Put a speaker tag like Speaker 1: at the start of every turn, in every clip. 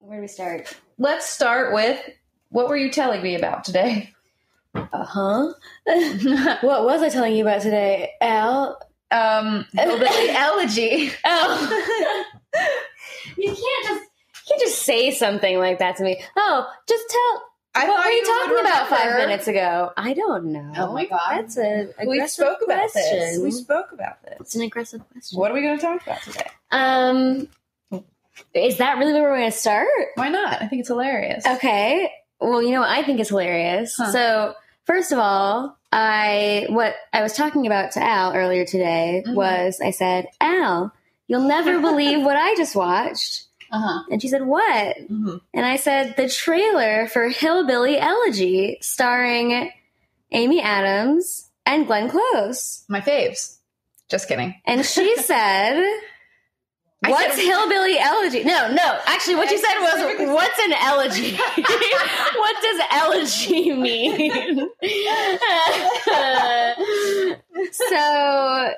Speaker 1: Where do we start?
Speaker 2: Let's start with what were you telling me about today?
Speaker 1: Uh huh. what was I telling you about today? Al.
Speaker 2: Um, hillbilly elegy.
Speaker 1: Oh. you can't just you can't just say something like that to me. Oh, just tell.
Speaker 2: I
Speaker 1: what
Speaker 2: thought
Speaker 1: were you,
Speaker 2: you
Speaker 1: talking
Speaker 2: would
Speaker 1: about five
Speaker 2: remember.
Speaker 1: minutes ago? I don't know.
Speaker 2: Oh my God.
Speaker 1: that's a
Speaker 2: We
Speaker 1: aggressive
Speaker 2: spoke about this.
Speaker 1: question.
Speaker 2: We spoke about this.
Speaker 1: it's an aggressive question.
Speaker 2: What are we going to talk about today?
Speaker 1: Um, is that really where we're going to start?
Speaker 2: Why not? I think it's hilarious.
Speaker 1: Okay. Well, you know what I think is hilarious.
Speaker 2: Huh.
Speaker 1: So, first of all, I what I was talking about to Al earlier today
Speaker 2: Mhm.
Speaker 1: was I said, "Al, you'll never believe what I just watched."
Speaker 2: Uh huh.
Speaker 1: And she said, "What?"
Speaker 2: Mm-hmm.
Speaker 1: And I said, "The trailer for Hillbilly Elegy starring Amy Adams and Glenn Close."
Speaker 2: My faves. Just kidding.
Speaker 1: And she said,
Speaker 2: I
Speaker 1: What's
Speaker 2: said-
Speaker 1: hillbilly elegy? No, no. Actually, what you
Speaker 2: I
Speaker 1: said
Speaker 2: specifically
Speaker 1: was,
Speaker 2: said-
Speaker 1: "What's an elegy? what does elegy mean?"
Speaker 2: Mm-hmm.
Speaker 1: so,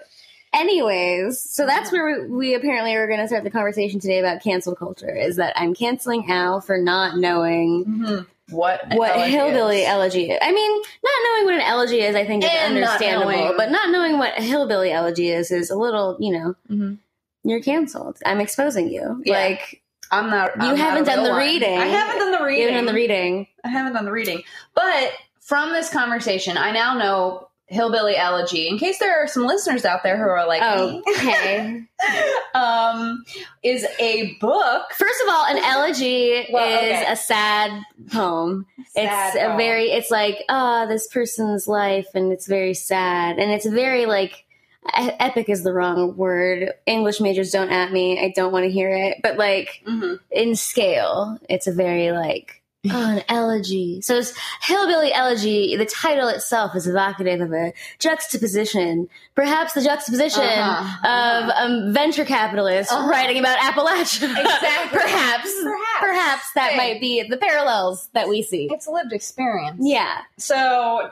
Speaker 1: anyways, so that's where we, we apparently are going to start the conversation today about cancel culture. Is that I'm canceling Al for not knowing
Speaker 2: What?
Speaker 1: what
Speaker 2: elegy
Speaker 1: hillbilly
Speaker 2: is.
Speaker 1: elegy is. I mean, not knowing what an elegy is, I think, is
Speaker 2: And not
Speaker 1: understandable.
Speaker 2: knowing-
Speaker 1: but not knowing what hillbilly elegy is is a little, you know
Speaker 2: Mhm.
Speaker 1: you're canceled. I'm exposing you.
Speaker 2: Yeah.
Speaker 1: Like
Speaker 2: I'm not.
Speaker 1: You
Speaker 2: I'm not
Speaker 1: haven't
Speaker 2: a real
Speaker 1: done the
Speaker 2: one.
Speaker 1: reading.
Speaker 2: I haven't done the reading.
Speaker 1: even in the reading,
Speaker 2: I haven't done the reading. But from this conversation, I now know hillbilly elegy. In case there are some listeners out there who are like,
Speaker 1: oh, okay.
Speaker 2: um, is a book.
Speaker 1: First of all, an elegy
Speaker 2: Well,
Speaker 1: is
Speaker 2: okay.
Speaker 1: a sad poem.
Speaker 2: Sad
Speaker 1: it's a
Speaker 2: poem.
Speaker 1: very. It's like ah, this person's life, and it's very sad, and it's very like e- epic is the wrong word. English majors don't at me. I don't want to hear it, but like
Speaker 2: Mhm.
Speaker 1: in scale, it's a very like. Oh, an elegy. So it's Hillbilly Elegy. The title itself is evocative of a juxtaposition. Perhaps the juxtaposition
Speaker 2: Uh-huh.
Speaker 1: of um, venture capitalists
Speaker 2: Uh-huh.
Speaker 1: writing about Appalachia.
Speaker 2: Exactly.
Speaker 1: perhaps,
Speaker 2: Perhaps.
Speaker 1: perhaps that
Speaker 2: Hey.
Speaker 1: might be the parallels that we see.
Speaker 2: It's a lived experience.
Speaker 1: Yeah.
Speaker 2: So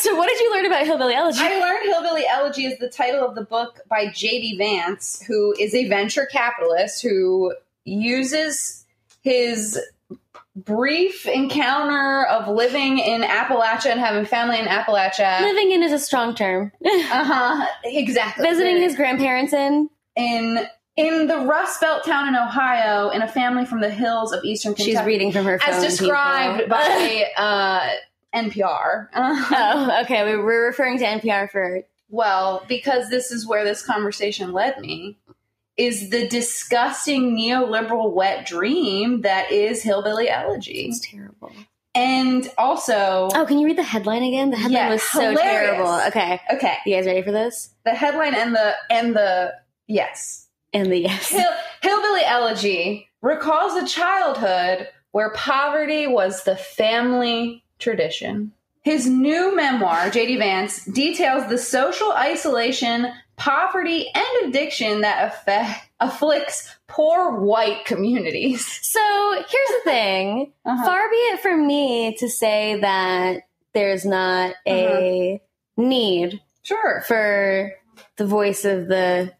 Speaker 1: So what did you learn about Hillbilly Elegy?
Speaker 2: I learned Hillbilly Elegy is the title of the book by J.D. Vance, who is a venture capitalist who uses his brief encounter of living in Appalachia and having family in Appalachia.
Speaker 1: Living in is a strong term.
Speaker 2: Uh huh. Exactly.
Speaker 1: Visiting his grandparents in.
Speaker 2: in in the Rust Belt town in Ohio, in a family from the hills of eastern Kentucky,
Speaker 1: She's reading from her phone.
Speaker 2: as described
Speaker 1: people.
Speaker 2: by uh, NPR.
Speaker 1: oh, okay. We were referring to NPR for.
Speaker 2: Well, because this is where this conversation led me, is the disgusting neoliberal wet dream that is Hillbilly Elegy.
Speaker 1: It's terrible.
Speaker 2: And also,
Speaker 1: Mm-hmm. Oh, can you read the headline again? The headline
Speaker 2: Yeah,
Speaker 1: was so
Speaker 2: hilarious.
Speaker 1: terrible. Okay.
Speaker 2: okay,
Speaker 1: You guys ready for this?
Speaker 2: the headline and the, and the, yes.
Speaker 1: And the yes.
Speaker 2: Hill, Hillbilly Elegy recalls a childhood where poverty was the family tradition. His new memoir, J.D. Vance, details the social isolation, poverty, and addiction that affe- afflicts poor white communities.
Speaker 1: So here's the thing.
Speaker 2: Uh-huh.
Speaker 1: Far be it from me to say that there's not
Speaker 2: Uh-huh.
Speaker 1: a need
Speaker 2: Sure,
Speaker 1: for the voice of the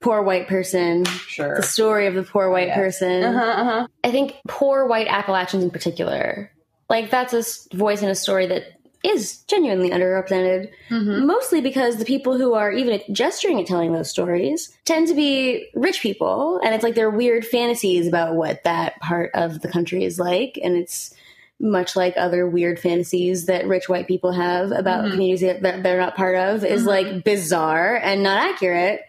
Speaker 1: poor white person,
Speaker 2: sure.
Speaker 1: the story of the poor white
Speaker 2: Yeah.
Speaker 1: person.
Speaker 2: Uh-huh, uh-huh.
Speaker 1: I think poor white Appalachians in particular, like that's a s- voice in a story that is genuinely underrepresented.
Speaker 2: Mhm.
Speaker 1: mostly because the people who are even gesturing at telling those stories tend to be rich people and it's like their weird fantasies about what that part of the country is like and it's much like other weird fantasies that rich white people have about
Speaker 2: Mhm.
Speaker 1: communities that- that they're not part of is
Speaker 2: Mhm.
Speaker 1: like bizarre and not accurate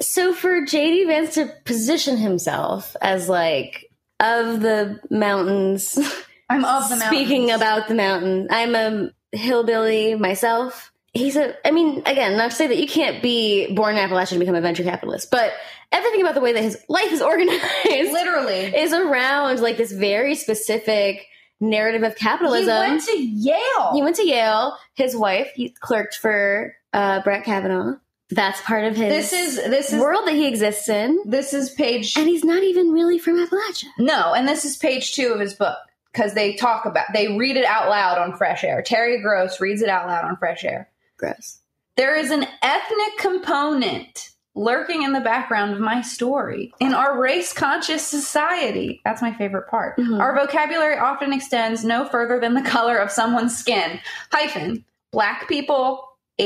Speaker 1: so for jd vance to position himself as like of the mountains
Speaker 2: I'm of the
Speaker 1: Speaking
Speaker 2: mountains.
Speaker 1: about the mountain, I'm a hillbilly myself. He's a, I mean, again, not to say that you can't be born in Appalachia to become a venture capitalist, but everything about the way that his life is organized
Speaker 2: literally.
Speaker 1: is around like this very specific narrative of capitalism.
Speaker 2: He went to Yale.
Speaker 1: He went to Yale. His wife he clerked for uh, Brett Kavanaugh. That's part of his
Speaker 2: this is this is
Speaker 1: world that he exists in.
Speaker 2: this is page
Speaker 1: And he's not even really from Appalachia.
Speaker 2: No, and this is page two of his book because they talk about they read it out loud on Fresh Air. Terry Gross reads it out loud on Fresh Air.
Speaker 1: Gross.
Speaker 2: There is an ethnic component lurking in the background of my story. In our race conscious society, that's my favorite part.
Speaker 1: Mhm.
Speaker 2: Our vocabulary often extends no further than the color of someone's skin. Hyphen. Black people,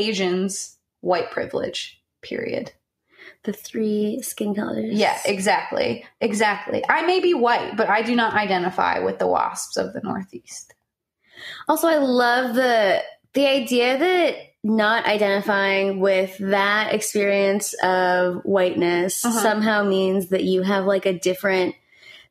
Speaker 2: Asians, white privilege. Period.
Speaker 1: The three skin colors.
Speaker 2: Yeah, exactly. Exactly. I may be white, but I do not identify with the wasps of the Northeast.
Speaker 1: Also, I love the the idea that not identifying with that experience of whiteness
Speaker 2: Uh-huh.
Speaker 1: somehow means that you have like a different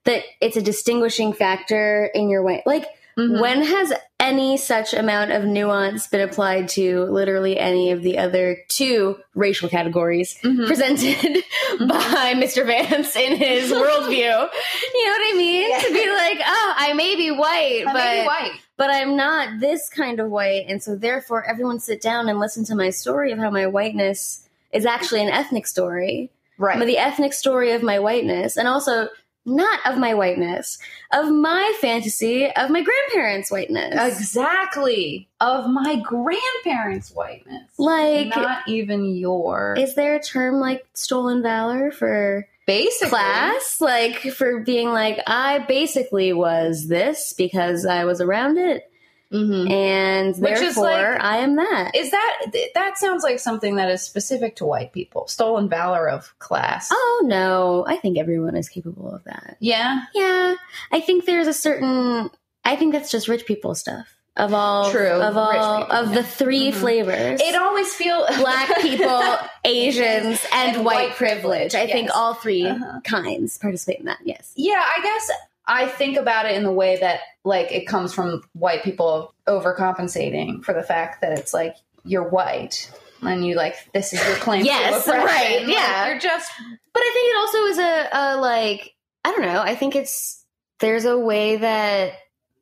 Speaker 1: that it's a distinguishing factor in your way. Like
Speaker 2: Mhm.
Speaker 1: when has any such amount of nuance been applied to literally any of the other two racial categories
Speaker 2: Mhm.
Speaker 1: presented by Mr. Vance in his worldview. You know what I mean?
Speaker 2: Yeah.
Speaker 1: To be like, oh, I may be white, but
Speaker 2: I may be white.
Speaker 1: but I'm not this kind of white, and so therefore everyone sit down and listen to my story of how my whiteness is actually an ethnic story,
Speaker 2: Right.
Speaker 1: but the ethnic story of my whiteness, and also not of my whiteness, of my fantasy of my grandparents' whiteness.
Speaker 2: Exactly. Of my grandparents' whiteness.
Speaker 1: Like,
Speaker 2: not even your
Speaker 1: is there a term like stolen valor for?
Speaker 2: basic
Speaker 1: class like for being like i basically was this because i was around it
Speaker 2: Mm-hmm.
Speaker 1: and
Speaker 2: Which is
Speaker 1: therefore
Speaker 2: like-
Speaker 1: i am that
Speaker 2: Is that th- that sounds like something that is specific to white people? Stolen valor of class.
Speaker 1: oh no i think everyone is capable of that
Speaker 2: Yeah,
Speaker 1: yeah i think there's a certain i think that's just rich people stuff of all
Speaker 2: True.
Speaker 1: of all
Speaker 2: Rich people,
Speaker 1: of
Speaker 2: yeah.
Speaker 1: the 3
Speaker 2: Mhm.
Speaker 1: flavors
Speaker 2: it always feels
Speaker 1: black people asians and,
Speaker 2: And
Speaker 1: white,
Speaker 2: white
Speaker 1: privilege,
Speaker 2: privilege,
Speaker 1: i think
Speaker 2: yes.
Speaker 1: all 3
Speaker 2: Uh-huh.
Speaker 1: kinds participate in that yes
Speaker 2: Yeah, I guess I think about it in the way that like it comes from white people overcompensating for the fact that it's like you're white and you like this is your claim.
Speaker 1: Yes,
Speaker 2: to oppression.
Speaker 1: right,
Speaker 2: Like,
Speaker 1: yeah.
Speaker 2: you're just
Speaker 1: But I think it also is a, a like I don't know. I think it's there's a way that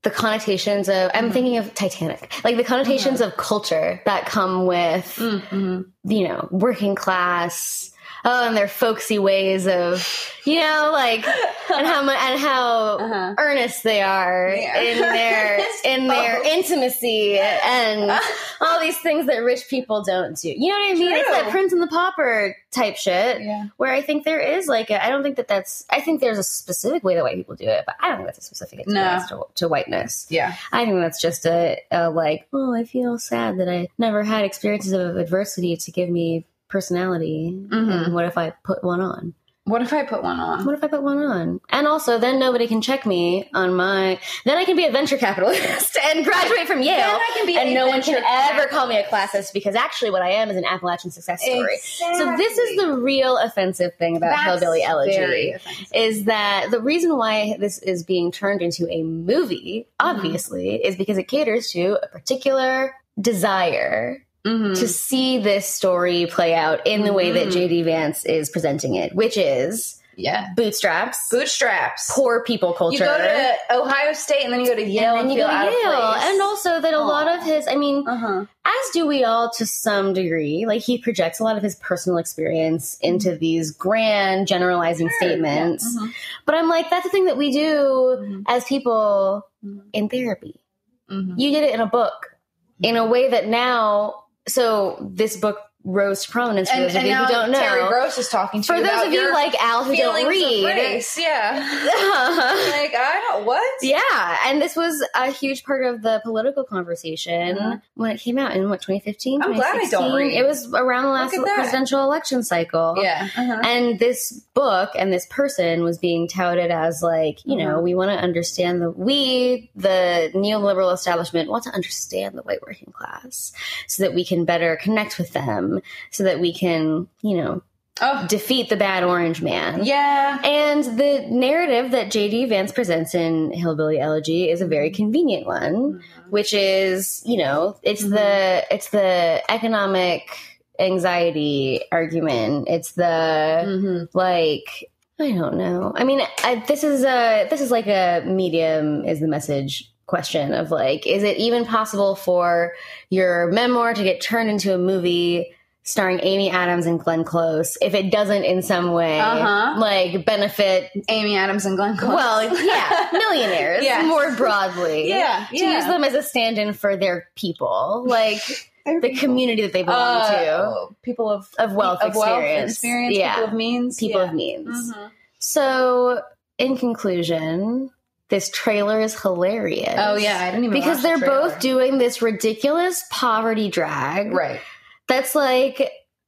Speaker 1: the connotations of I'm
Speaker 2: Mhm.
Speaker 1: thinking of Titanic, like the connotations
Speaker 2: Uh-huh.
Speaker 1: of culture that come
Speaker 2: Mm-hmm.
Speaker 1: with Mm-hmm. you know working class. Oh, and their folksy ways of, you know, like and how mu- and how
Speaker 2: Uh-huh.
Speaker 1: earnest they are
Speaker 2: Yeah. Oh.
Speaker 1: in their
Speaker 2: Earnest
Speaker 1: in their
Speaker 2: folks.
Speaker 1: intimacy and
Speaker 2: Uh.
Speaker 1: all these things that rich people don't do. You know what I mean? It's
Speaker 2: True.
Speaker 1: that Prince and the Pauper type shit
Speaker 2: yeah.
Speaker 1: where I think there is like I I don't think that that's I think there's a specific way that white people do it, but I don't think that's a specific experience to, to whiteness.
Speaker 2: Yeah.
Speaker 1: I think that's just a, a like oh I feel sad that I never had experiences of adversity to give me personality.
Speaker 2: Mhm.
Speaker 1: And what if I put one on?
Speaker 2: What if I put one on?
Speaker 1: What if I put one on? And also then nobody can check me on my then I can be a venture capitalist and graduate from Yale.
Speaker 2: Then I can be
Speaker 1: and
Speaker 2: a
Speaker 1: no one can
Speaker 2: venture
Speaker 1: ever call me a
Speaker 2: capitalist.
Speaker 1: classist because actually what I am is an Appalachian success story.
Speaker 2: Exactly.
Speaker 1: So this is the real offensive thing about
Speaker 2: That's
Speaker 1: Hillbilly Elegy
Speaker 2: very offensive.
Speaker 1: is that the reason why this is being turned into a movie,
Speaker 2: Mm-hmm.
Speaker 1: obviously, is because it caters to a particular desire
Speaker 2: Mhm.
Speaker 1: to see this story play out in the way that
Speaker 2: Mhm.
Speaker 1: JD Vance is presenting it, which is
Speaker 2: yeah.
Speaker 1: bootstraps,
Speaker 2: Bootstraps.
Speaker 1: poor people culture.
Speaker 2: You go to Ohio State and then you go to Yale
Speaker 1: and
Speaker 2: and,
Speaker 1: then you go
Speaker 2: feel
Speaker 1: to
Speaker 2: out
Speaker 1: Yale.
Speaker 2: of place.
Speaker 1: And also that a lot
Speaker 2: Aw.
Speaker 1: of his I mean,
Speaker 2: uh-huh.
Speaker 1: as do we all to some degree. Like he projects a lot of his personal experience
Speaker 2: Mm.
Speaker 1: into these grand generalizing statements.
Speaker 2: Mhm.
Speaker 1: But I'm like, that's the thing that we do
Speaker 2: Mhm.
Speaker 1: as people
Speaker 2: Mhm.
Speaker 1: in therapy.
Speaker 2: Mhm.
Speaker 1: You did it in a book in a way that now, so this book rose to prominence for
Speaker 2: And,
Speaker 1: those of
Speaker 2: and
Speaker 1: you who
Speaker 2: now
Speaker 1: don't know.
Speaker 2: Terry Gross is talking to
Speaker 1: for
Speaker 2: you
Speaker 1: those
Speaker 2: about
Speaker 1: of you
Speaker 2: your
Speaker 1: like Al who
Speaker 2: feelings
Speaker 1: don't
Speaker 2: of
Speaker 1: read.
Speaker 2: race. Yeah. like I don't what?
Speaker 1: yeah, and this was a huge part of the political conversation
Speaker 2: Mhm.
Speaker 1: when it came out in what 2015,
Speaker 2: I'm glad I don't
Speaker 1: 2016?
Speaker 2: read.
Speaker 1: It was around the last
Speaker 2: Look at that.
Speaker 1: presidential election cycle.
Speaker 2: Yeah. Uh-huh.
Speaker 1: and this book and this person was being touted as like you know
Speaker 2: Mhm.
Speaker 1: we want to understand the we the neoliberal establishment want to understand the white working class so that we can better connect with them so that we can you know
Speaker 2: Oh.
Speaker 1: defeat the bad orange man
Speaker 2: Yeah.
Speaker 1: and the narrative that jd vance presents in hillbilly elegy is a very convenient one which is you know it's the it's the economic anxiety argument it's the Mm-hmm.
Speaker 2: Mhm.
Speaker 1: like i don't know i mean I, this is a this is like a medium is the message question of like is it even possible for your memoir to get turned into a movie starring amy adams and glenn close if it doesn't in some way
Speaker 2: Uh-huh.
Speaker 1: like benefit
Speaker 2: Amy Adams and Glenn Close.
Speaker 1: well yeah millionaires
Speaker 2: Yes.
Speaker 1: more broadly
Speaker 2: Yeah.
Speaker 1: to use them as a stand-in for their people like the community that they belong to,
Speaker 2: Uh, people of
Speaker 1: of wealth
Speaker 2: of wealth
Speaker 1: experience.
Speaker 2: experience,
Speaker 1: yeah,
Speaker 2: people of means,
Speaker 1: people
Speaker 2: yeah.
Speaker 1: of means.
Speaker 2: Mhm.
Speaker 1: So, in conclusion, this trailer is hilarious.
Speaker 2: Oh yeah, I didn't even
Speaker 1: Because
Speaker 2: watch
Speaker 1: they're
Speaker 2: the
Speaker 1: both
Speaker 2: trailer.
Speaker 1: doing this ridiculous poverty drag
Speaker 2: right.
Speaker 1: that's like,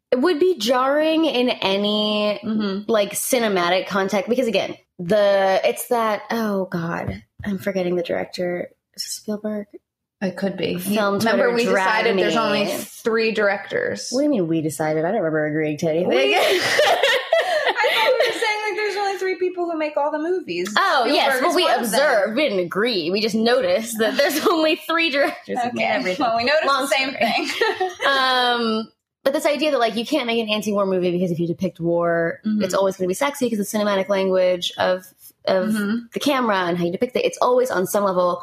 Speaker 1: it would be jarring in any
Speaker 2: Mm-hmm.
Speaker 1: like cinematic context. Because again, the, it's that, oh God, I'm forgetting the director. Is it Spielberg?
Speaker 2: It could be.
Speaker 1: Film
Speaker 2: You-
Speaker 1: Twitter
Speaker 2: remember, we decided
Speaker 1: dragged
Speaker 2: there's
Speaker 1: me.
Speaker 2: only three directors.
Speaker 1: What do you mean we decided? I don't remember agreeing to anything.
Speaker 2: We- I thought we were saying like there's only three people who make all the movies.
Speaker 1: Oh
Speaker 2: Spielberg
Speaker 1: yes,
Speaker 2: is
Speaker 1: well we
Speaker 2: one of them.
Speaker 1: observed. We didn't agree. We just noticed that there's only three directors who made
Speaker 2: Okay.
Speaker 1: everything.
Speaker 2: Well, we noticed
Speaker 1: Long
Speaker 2: the same
Speaker 1: story.
Speaker 2: thing.
Speaker 1: Um, but this idea that like you can't make an anti-war movie because if you depict war,
Speaker 2: Mhm.
Speaker 1: it's always going to be sexy because the cinematic language of of
Speaker 2: Mhm.
Speaker 1: the camera and how you depict it, it's always on some level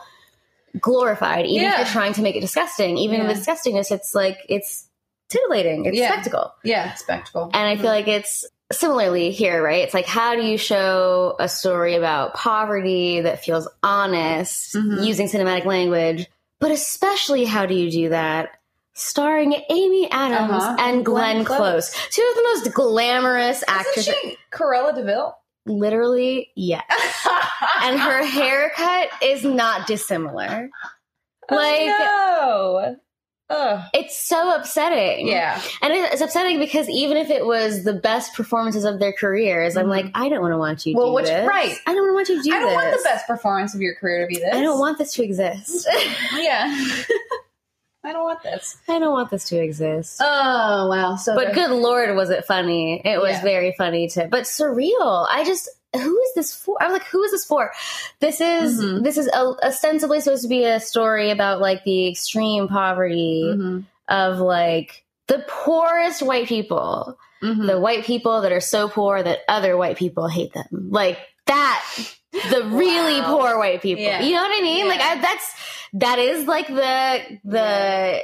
Speaker 1: glorified. Even if
Speaker 2: Yeah.
Speaker 1: you're trying to make it disgusting, even in the
Speaker 2: Yeah.
Speaker 1: disgustingness, it's like it's titillating. It's
Speaker 2: Yeah.
Speaker 1: spectacle.
Speaker 2: Yeah, spectacle.
Speaker 1: And I feel like it's similarly here, right? It's like, how do you show a story about poverty that feels honest
Speaker 2: Mhm.
Speaker 1: using cinematic language? But especially, how do you do that? Starring Amy Adams
Speaker 2: Uh-huh.
Speaker 1: and Glenn,
Speaker 2: Glenn
Speaker 1: Close. two of the most glamorous
Speaker 2: Isn't
Speaker 1: actresses.
Speaker 2: she Corella Deville?
Speaker 1: Literally, yes. And her haircut is not dissimilar. like-
Speaker 2: oh, no. Ugh.
Speaker 1: It's so upsetting.
Speaker 2: yeah,
Speaker 1: And it- it's upsetting because even if it was the best performances of their careers, I'm
Speaker 2: Mhm.
Speaker 1: like, I don't want to watch you
Speaker 2: Well,
Speaker 1: do
Speaker 2: which-
Speaker 1: this.
Speaker 2: right.
Speaker 1: I don't want to watch you do
Speaker 2: I don't
Speaker 1: this.
Speaker 2: want the best performance of your career to be this.
Speaker 1: I don't want this to exist.
Speaker 2: Yeah, I don't want this.
Speaker 1: I don't want this to exist.
Speaker 2: Oh wow. So,
Speaker 1: but
Speaker 2: the-
Speaker 1: good lord, was it funny? It was
Speaker 2: Yeah.
Speaker 1: very funny too. But surreal. I just who is this for? I was like, who is this for? This is
Speaker 2: Mhm.
Speaker 1: this is o- ostensibly supposed to be a story about like the extreme poverty
Speaker 2: Mhm.
Speaker 1: of like the poorest white people.
Speaker 2: Mhm.
Speaker 1: the white people that are so poor that other white people hate them. Like that, the really
Speaker 2: Wow.
Speaker 1: poor white people.
Speaker 2: Yeah.
Speaker 1: You know what I mean?
Speaker 2: Yeah.
Speaker 1: Like I, that's that is like the the.
Speaker 2: Yeah.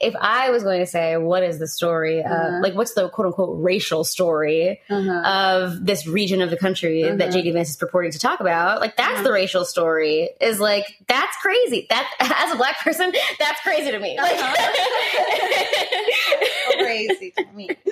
Speaker 1: If I was going to say what is the story of
Speaker 2: Uh-huh.
Speaker 1: like what's the quote unquote racial story
Speaker 2: Uh-huh.
Speaker 1: of this region of the country that
Speaker 2: Uh-huh.
Speaker 1: JD Vance is purporting to talk about, like that's
Speaker 2: Uh-huh.
Speaker 1: the racial story. Is like that's crazy. That as a black person, that's crazy to me. Like-
Speaker 2: Uh-huh. crazy to me.
Speaker 1: like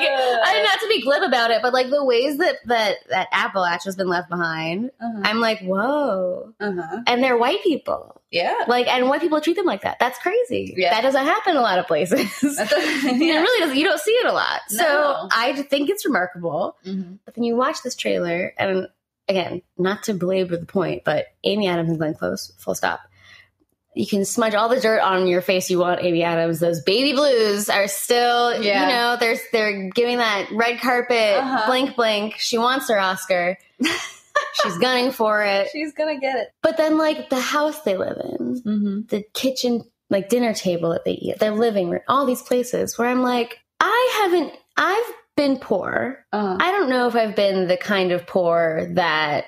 Speaker 1: I not to be glib about it, but like the ways that that that Appalachia has been left behind,
Speaker 2: Uh-huh.
Speaker 1: I'm like, whoa.
Speaker 2: Uh-huh.
Speaker 1: And they're white people,
Speaker 2: Yeah.
Speaker 1: like, and white people treat them like that. That's crazy.
Speaker 2: Yeah.
Speaker 1: That doesn't happen a lot of places.
Speaker 2: That's a-
Speaker 1: It
Speaker 2: yeah.
Speaker 1: really doesn't. You don't see it a lot. So
Speaker 2: No.
Speaker 1: I think it's remarkable.
Speaker 2: Mhm.
Speaker 1: But then you watch this trailer, and again, not to belabor the point, but Amy Adams and Glenn Close, full stop. You can smudge all the dirt on your face you want, Amy Adams. Those baby blues are still,
Speaker 2: Yeah.
Speaker 1: you know, they're they're giving that red carpet
Speaker 2: Uh-huh.
Speaker 1: blink blink. She wants her Oscar. She's gunning for it.
Speaker 2: She's gonna get it.
Speaker 1: But then, like the house they live in,
Speaker 2: Mm-hmm.
Speaker 1: the kitchen, like dinner table that they eat, at, their living room, all these places where I'm like, I haven't, I've been poor.
Speaker 2: Uh-huh.
Speaker 1: I don't know if I've been the kind of poor that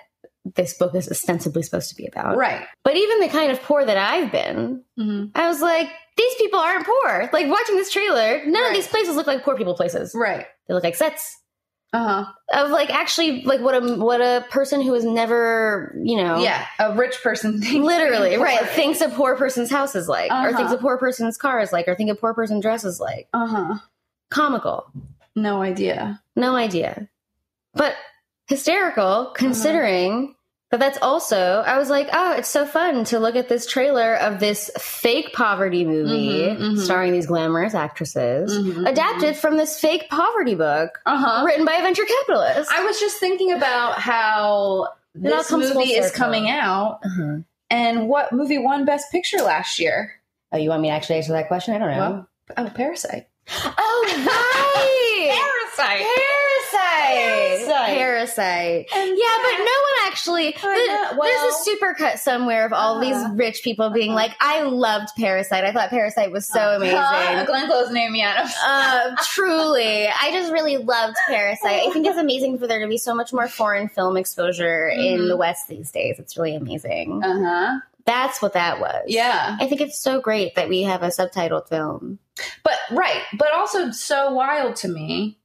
Speaker 1: this book is ostensibly supposed to be about.
Speaker 2: right.
Speaker 1: But even the kind of poor that I've been,
Speaker 2: Mm-hmm.
Speaker 1: I was like, these people aren't poor. Like watching this trailer, none of
Speaker 2: Right.
Speaker 1: these places look like poor people places.
Speaker 2: Right.
Speaker 1: They look like sets
Speaker 2: Uh
Speaker 1: of like actually like what a what a person who has never, you
Speaker 2: huh.
Speaker 1: know,
Speaker 2: Yeah. A rich person thinks.
Speaker 1: literally, right,
Speaker 2: Right.
Speaker 1: thinks a poor person's house is like or
Speaker 2: Uh-huh.
Speaker 1: thinks a poor person's car is like or think a poor person dress is like.
Speaker 2: Uh huh.
Speaker 1: Comical.
Speaker 2: No idea.
Speaker 1: No idea. But
Speaker 2: Uh-huh.
Speaker 1: hysterical considering that that's also, I was like, oh, it's so fun to look at this trailer of this fake poverty movie
Speaker 2: Mhm, mhm.
Speaker 1: starring these glamorous actresses,
Speaker 2: Mhm,
Speaker 1: adapted from this fake poverty book
Speaker 2: Uh huh.
Speaker 1: written by a venture capitalist.
Speaker 2: I was just thinking about how
Speaker 1: all
Speaker 2: this
Speaker 1: comes full
Speaker 2: movie is
Speaker 1: circle.
Speaker 2: coming out
Speaker 1: Uh-huh.
Speaker 2: and what movie won Best Picture last year?
Speaker 1: Oh, you want me to actually answer that question? I don't know.
Speaker 2: Well, oh, Parasite.
Speaker 1: Oh, right!
Speaker 2: Parasite.
Speaker 1: Parasite.
Speaker 2: Parasite.
Speaker 1: Parasite.
Speaker 2: And
Speaker 1: Yeah, but no one actually.
Speaker 2: I
Speaker 1: th-
Speaker 2: know- well-
Speaker 1: there's a supercut somewhere of all
Speaker 2: Uh-huh.
Speaker 1: these rich people being
Speaker 2: Uh-huh.
Speaker 1: like, "I loved Parasite. I thought Parasite was so amazing."
Speaker 2: Huh? Uh-huh. Glenn Close and Amy Adams.
Speaker 1: Uh, truly, I just really loved Parasite. I think it's amazing for there to be so much more foreign film exposure in
Speaker 2: Mhm.
Speaker 1: the West these days. It's really amazing.
Speaker 2: Uh huh.
Speaker 1: That's what that was.
Speaker 2: Yeah.
Speaker 1: I think it's so great that we have a subtitled film.
Speaker 2: But right, but also so wild to me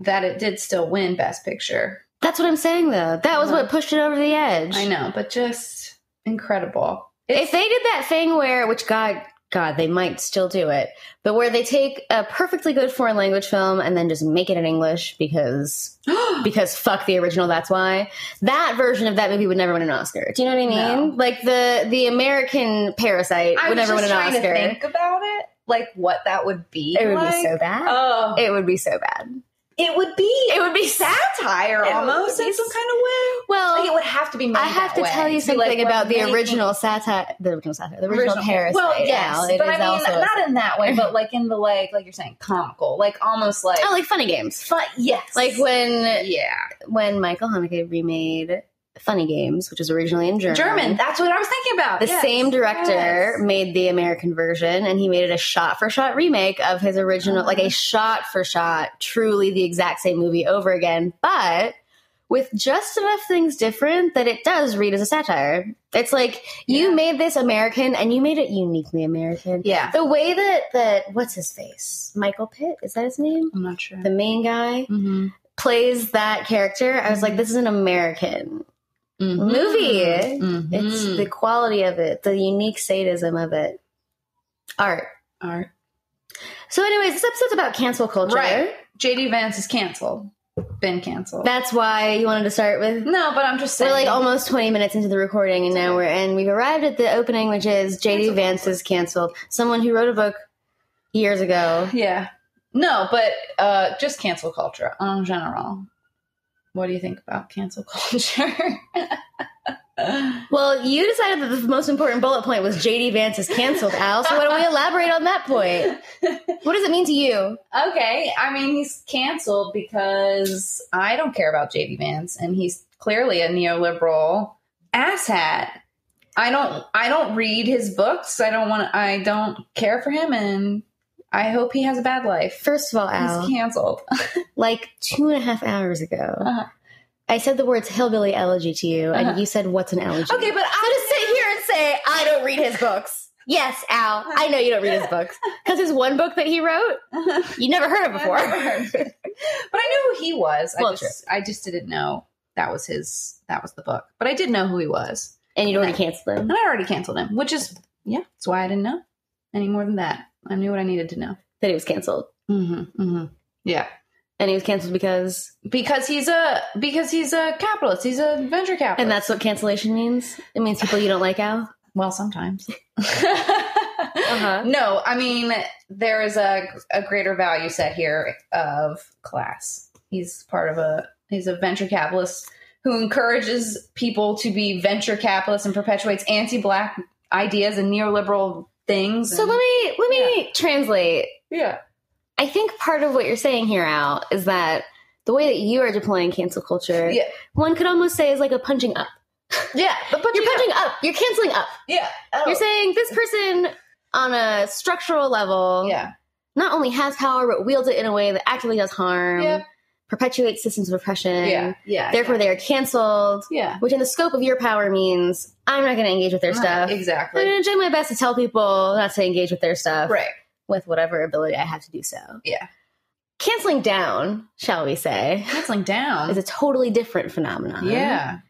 Speaker 2: that it did still win Best Picture.
Speaker 1: That's what I'm saying, though. That was
Speaker 2: Uh-huh.
Speaker 1: what pushed it over the edge.
Speaker 2: I know, but just incredible.
Speaker 1: If they did that thing where, which God, God, they might still do it, but where they take a perfectly good foreign language film and then just make it in English because
Speaker 2: Oh.
Speaker 1: because fuck the original, that's why. That version of that movie would never win an Oscar. Do you know what I mean?
Speaker 2: No.
Speaker 1: Like the the American Parasite
Speaker 2: I
Speaker 1: would
Speaker 2: was
Speaker 1: never win
Speaker 2: just
Speaker 1: an
Speaker 2: trying
Speaker 1: Oscar.
Speaker 2: to think about it, like what that would be.
Speaker 1: it would
Speaker 2: like.
Speaker 1: be so bad.
Speaker 2: Oh,
Speaker 1: it would be so bad.
Speaker 2: it would be.
Speaker 1: It would be
Speaker 2: satire
Speaker 1: It would
Speaker 2: almost
Speaker 1: be
Speaker 2: in some
Speaker 1: s-
Speaker 2: kind of way.
Speaker 1: Well,
Speaker 2: Like it would have to be. Made
Speaker 1: I have
Speaker 2: that
Speaker 1: to
Speaker 2: way.
Speaker 1: tell you
Speaker 2: Be like,
Speaker 1: something about
Speaker 2: we're
Speaker 1: the
Speaker 2: making-
Speaker 1: original satire, the original satire, the original, Parasite.
Speaker 2: Well, yes,
Speaker 1: Al. It
Speaker 2: but
Speaker 1: is
Speaker 2: I mean,
Speaker 1: also-
Speaker 2: not in that way, but like in the like, like you're saying, comical, like almost like,
Speaker 1: I Oh, like funny games.
Speaker 2: fun, yes,
Speaker 1: Like when
Speaker 2: yeah,
Speaker 1: when Michael Haneke remade Funny Games, which was originally in German.
Speaker 2: German. That's what I was thinking about.
Speaker 1: The
Speaker 2: Yes.
Speaker 1: same director
Speaker 2: Yes.
Speaker 1: made the American version, and he made it a shot for shot remake of his original, like a
Speaker 2: Uh-huh.
Speaker 1: shot for shot, truly the exact same movie over again, but with just enough things different that it does read as a satire. It's like you
Speaker 2: Yeah.
Speaker 1: made this American, and you made it uniquely American.
Speaker 2: Yeah,
Speaker 1: The way that that what's his face, Michael Pitt, is that his name?
Speaker 2: I'm not sure.
Speaker 1: The main guy
Speaker 2: mm-hmm.
Speaker 1: plays that character. I was like, this is an American Movie.
Speaker 2: Mm-hmm.
Speaker 1: it's
Speaker 2: Mm.
Speaker 1: the quality of it, the unique sadism of it. Art.
Speaker 2: art.
Speaker 1: So, anyways, this episode's about cancel culture.
Speaker 2: Right. JD Vance is canceled. Been canceled.
Speaker 1: That's why you wanted to start with.
Speaker 2: no, but I'm just saying.
Speaker 1: We're like oh almost 20 minutes into the recording, and now we're and we've arrived at the opening, which is JD
Speaker 2: Cancel
Speaker 1: Vance is canceled. Someone who wrote a book years ago.
Speaker 2: yeah. No, but uh, just cancel culture en general. What do you think about cancel culture?
Speaker 1: Well, you decided that the most important bullet point was JD Vance is canceled, Al. So why don't we elaborate on that point? What does it mean to you?
Speaker 2: Okay, I mean he's canceled because I don't care about JD Vance, and he's clearly a neoliberal asshat. I don't, I don't read his books. I don't want, I don't care for him, and I hope he has a bad life.
Speaker 1: First of all, Al,
Speaker 2: He's canceled.
Speaker 1: like two and a half hours ago,
Speaker 2: Uh-huh.
Speaker 1: I said the words hillbilly elegy to you, and
Speaker 2: Uh-huh.
Speaker 1: you said, What's an elegy?
Speaker 2: Okay, but
Speaker 1: I'm
Speaker 2: I
Speaker 1: gonna sit here and say, I don't read his books. Yes, Al, I know you don't read his books. Because his one book that he wrote, you never heard of before.
Speaker 2: I've never heard of it. but I knew who he was. I
Speaker 1: Well,
Speaker 2: just, I just didn't know that was his. That was the book, but I did know who he was,
Speaker 1: and you'd already canceled
Speaker 2: and
Speaker 1: him.
Speaker 2: I already canceled him, which is yeah, that's why I didn't know any more than that. I knew what I needed to know.
Speaker 1: That he was canceled.
Speaker 2: Mm-hmm, mm-hmm. Yeah,
Speaker 1: And he was canceled because.
Speaker 2: because he's a because he's a capitalist. He's a venture capitalist,
Speaker 1: And that's what cancellation means? It means people you don't like, Al?
Speaker 2: well, sometimes. No, I mean there is a a greater value set here of class. He's part of a he's a venture capitalist who encourages people to be venture capitalists and perpetuates anti-black ideas and neoliberal things.
Speaker 1: So
Speaker 2: and-
Speaker 1: let me let me translate.
Speaker 2: yeah,
Speaker 1: I think part of what you're saying here, Al, is that the way that you are deploying cancel culture,
Speaker 2: Yeah.
Speaker 1: one could almost say is like a punching up.
Speaker 2: yeah, but, but
Speaker 1: You're punching up. You're canceling up.
Speaker 2: yeah, Oh,
Speaker 1: You're saying this person on a structural level
Speaker 2: Oh. yeah,
Speaker 1: not only has power but wields it in a way that actively does harm,
Speaker 2: Yeah.
Speaker 1: perpetuates systems of oppression.
Speaker 2: yeah, yeah.
Speaker 1: Therefore, they are canceled,
Speaker 2: yeah,
Speaker 1: which in the scope of your power means I'm not going to engage with their
Speaker 2: Right,
Speaker 1: stuff. I'm
Speaker 2: exactly.
Speaker 1: going to do my best to tell people not to engage with their stuff
Speaker 2: Right.
Speaker 1: with whatever ability I have to do so.
Speaker 2: Yeah.
Speaker 1: Canceling down, shall we say,
Speaker 2: Canceling
Speaker 1: is
Speaker 2: down.
Speaker 1: a totally different phenomenon.
Speaker 2: Yeah.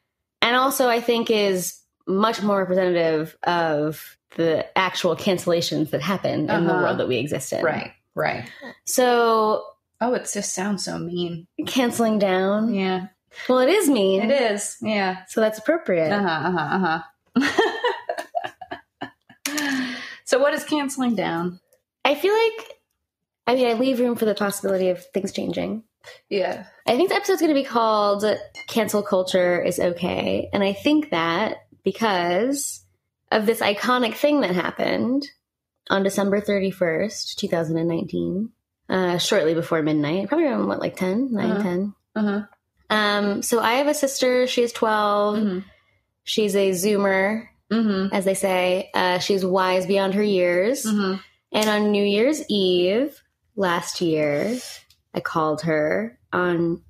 Speaker 1: and also I think is much more representative of the actual cancellations that happen in the
Speaker 2: Uh-huh.
Speaker 1: world that we exist in.
Speaker 2: Right. Right.
Speaker 1: So
Speaker 2: Oh, it just sounds so mean.
Speaker 1: canceling down.
Speaker 2: Yeah.
Speaker 1: Well, it is mean.
Speaker 2: It is. Yeah.
Speaker 1: So that's appropriate.
Speaker 2: Uh huh. Uh huh. Uh huh. so, what is canceling down?
Speaker 1: I feel like, I mean, I leave room for the possibility of things changing.
Speaker 2: Yeah.
Speaker 1: I think the episode's going to be called Cancel Culture is Okay. And I think that because of this iconic thing that happened on December 31st, 2019, uh, shortly before midnight, probably around what, like 10, 9,
Speaker 2: Uh-huh.
Speaker 1: 10.
Speaker 2: Uh huh.
Speaker 1: Um, so I have a sister. She is 12.
Speaker 2: Mm-hmm.
Speaker 1: She's a Zoomer,
Speaker 2: Mm-hmm.
Speaker 1: as they say. Uh, she's wise beyond her years.
Speaker 2: Mm-hmm.
Speaker 1: And on New Year's Eve last year, I called her on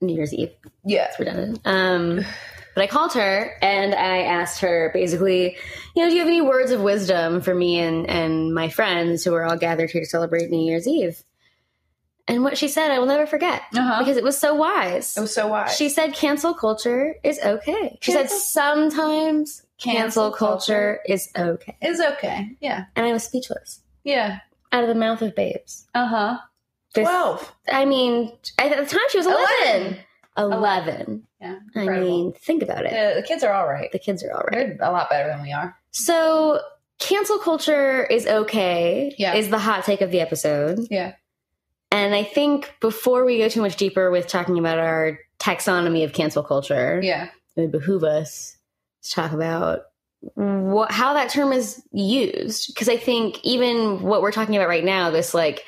Speaker 1: New Year's Eve.
Speaker 2: Yeah.
Speaker 1: That's redundant. Um, but I called her and I asked her basically, you know, do you have any words of wisdom for me and, and my friends who are all gathered here to celebrate New Year's Eve? And what she said, I will never forget
Speaker 2: Uh-huh.
Speaker 1: because it was so wise.
Speaker 2: It was so wise.
Speaker 1: She said cancel culture is okay. She said
Speaker 2: Cancel-
Speaker 1: sometimes cancel culture is okay.
Speaker 2: is okay. Yeah.
Speaker 1: And I was speechless.
Speaker 2: Yeah.
Speaker 1: Out of the mouth of babes.
Speaker 2: Uh huh.
Speaker 1: This-
Speaker 2: Twelve.
Speaker 1: I mean, at the time she was 11. 11.
Speaker 2: Yeah.
Speaker 1: I
Speaker 2: incredible.
Speaker 1: mean, think about it.
Speaker 2: Yeah, Uh, the kids are all right.
Speaker 1: The kids are all right.
Speaker 2: They're a lot better than we are.
Speaker 1: So, cancel culture is okay,
Speaker 2: Yeah.
Speaker 1: is the hot take of the episode.
Speaker 2: Yeah.
Speaker 1: And I think before we go too much deeper with talking about our taxonomy of cancel culture,
Speaker 2: Yeah.
Speaker 1: it would behoove us to talk about what, how that term is used. Because I think even what we're talking about right now, this like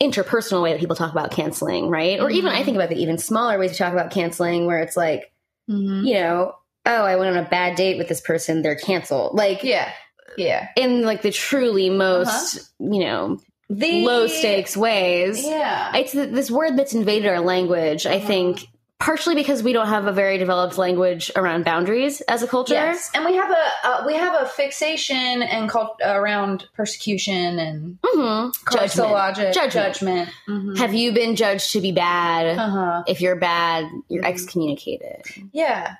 Speaker 1: interpersonal way that people talk about canceling, right? Or even
Speaker 2: Mhm.
Speaker 1: I think about the even smaller ways we talk about canceling, where it's like,
Speaker 2: Mm-hmm.
Speaker 1: you know, oh, I went on a bad date with this person, they're canceled. Like,
Speaker 2: Yeah. Yeah.
Speaker 1: in like the truly
Speaker 2: Uh-huh.
Speaker 1: most, you know,
Speaker 2: The
Speaker 1: low stakes ways.
Speaker 2: Eh, Yeah.
Speaker 1: It's th- this word that's invaded our language, I
Speaker 2: Mhm.
Speaker 1: think, partially because we don't have a very developed language around boundaries as a culture.
Speaker 2: Yes, and we have a uh, we have a fixation and cult- around persecution and
Speaker 1: hmm
Speaker 2: causal
Speaker 1: Judgment.
Speaker 2: logic,
Speaker 1: Judgment.
Speaker 2: judgment. Mhm.
Speaker 1: Have you been judged to be bad?
Speaker 2: uh-huh.
Speaker 1: If you're bad, you're
Speaker 2: Mhm.
Speaker 1: excommunicated.
Speaker 2: Yeah.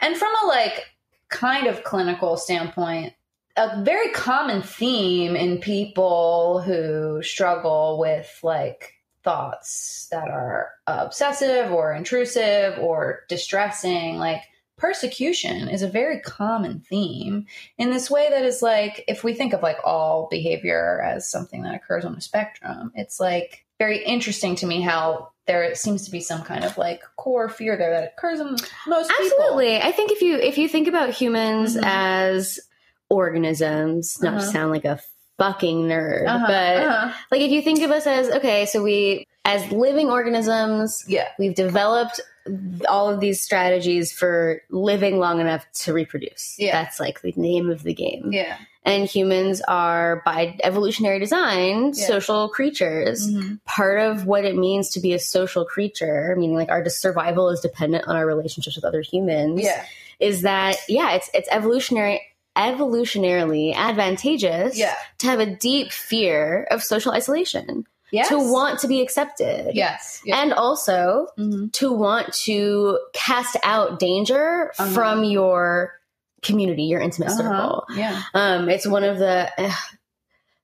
Speaker 2: And from a like kind of clinical standpoint, a very common theme in people who struggle with like thoughts that are obsessive or intrusive or distressing, like persecution is a very common theme in this way that is like if we think of like all behavior as something that occurs on a spectrum it's like very interesting to me how there seems to be some kind of like core fear there that occurs in most people
Speaker 1: Absolutely. I think if you if you think about humans
Speaker 2: Mhm.
Speaker 1: as organisms, not to
Speaker 2: Uh-huh.
Speaker 1: sound like a fucking nerd,
Speaker 2: Uh-huh,
Speaker 1: but
Speaker 2: uh-huh.
Speaker 1: like if you think of us as okay, so we as living organisms,
Speaker 2: yeah
Speaker 1: we've developed all of these strategies for living long enough to reproduce.
Speaker 2: Yeah.
Speaker 1: That's like the name of the game.
Speaker 2: yeah
Speaker 1: And humans are by evolutionary design
Speaker 2: Yeah.
Speaker 1: social creatures.
Speaker 2: Mhm.
Speaker 1: Part of what it means to be a social creature, meaning like our survival is dependent on our relationships with other humans,
Speaker 2: yeah
Speaker 1: is that yeah, it's it's evolutionary evolutionarily advantageous
Speaker 2: yeah
Speaker 1: to have a deep fear of social isolation
Speaker 2: yes
Speaker 1: to want to be accepted.
Speaker 2: yes yeah.
Speaker 1: And also
Speaker 2: Mhm.
Speaker 1: to want to cast out danger
Speaker 2: Uh-huh.
Speaker 1: from your community, your intimate
Speaker 2: Uh-huh.
Speaker 1: circle.
Speaker 2: yeah
Speaker 1: Um, it's one of the ugh,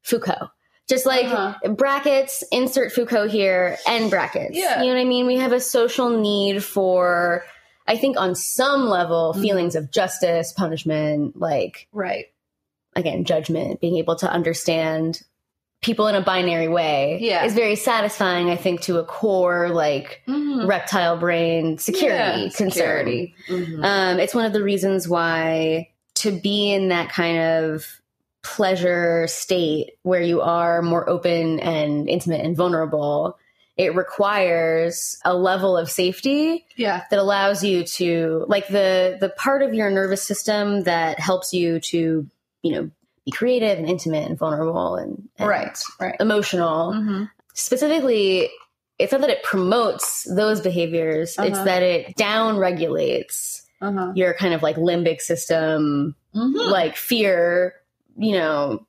Speaker 1: Foucault. Just like
Speaker 2: Uh-huh.
Speaker 1: brackets, insert Foucault here, and brackets.
Speaker 2: Yeah.
Speaker 1: You know what I mean? We have a social need for, I think, on some level,
Speaker 2: Mhm.
Speaker 1: feelings of justice, punishment, like
Speaker 2: right
Speaker 1: again judgment being able to understand people in a binary way
Speaker 2: Yeah.
Speaker 1: is very satisfying i think to a core like
Speaker 2: Mhm.
Speaker 1: reptile brain security
Speaker 2: Yeah,
Speaker 1: concern
Speaker 2: security. Mhm.
Speaker 1: um, it's one of the reasons why to be in that kind of pleasure state where you are more open and intimate and vulnerable it requires a level of safety
Speaker 2: yeah
Speaker 1: that allows you to like the the part of your nervous system that helps you to you know be creative and intimate and vulnerable and, and
Speaker 2: right right
Speaker 1: emotional
Speaker 2: Mhm.
Speaker 1: specifically it's not that it promotes those behaviors it's
Speaker 2: Uh-huh.
Speaker 1: that it down regulates
Speaker 2: uh-huh
Speaker 1: your kind of like limbic system
Speaker 2: Mhm.
Speaker 1: like fear you know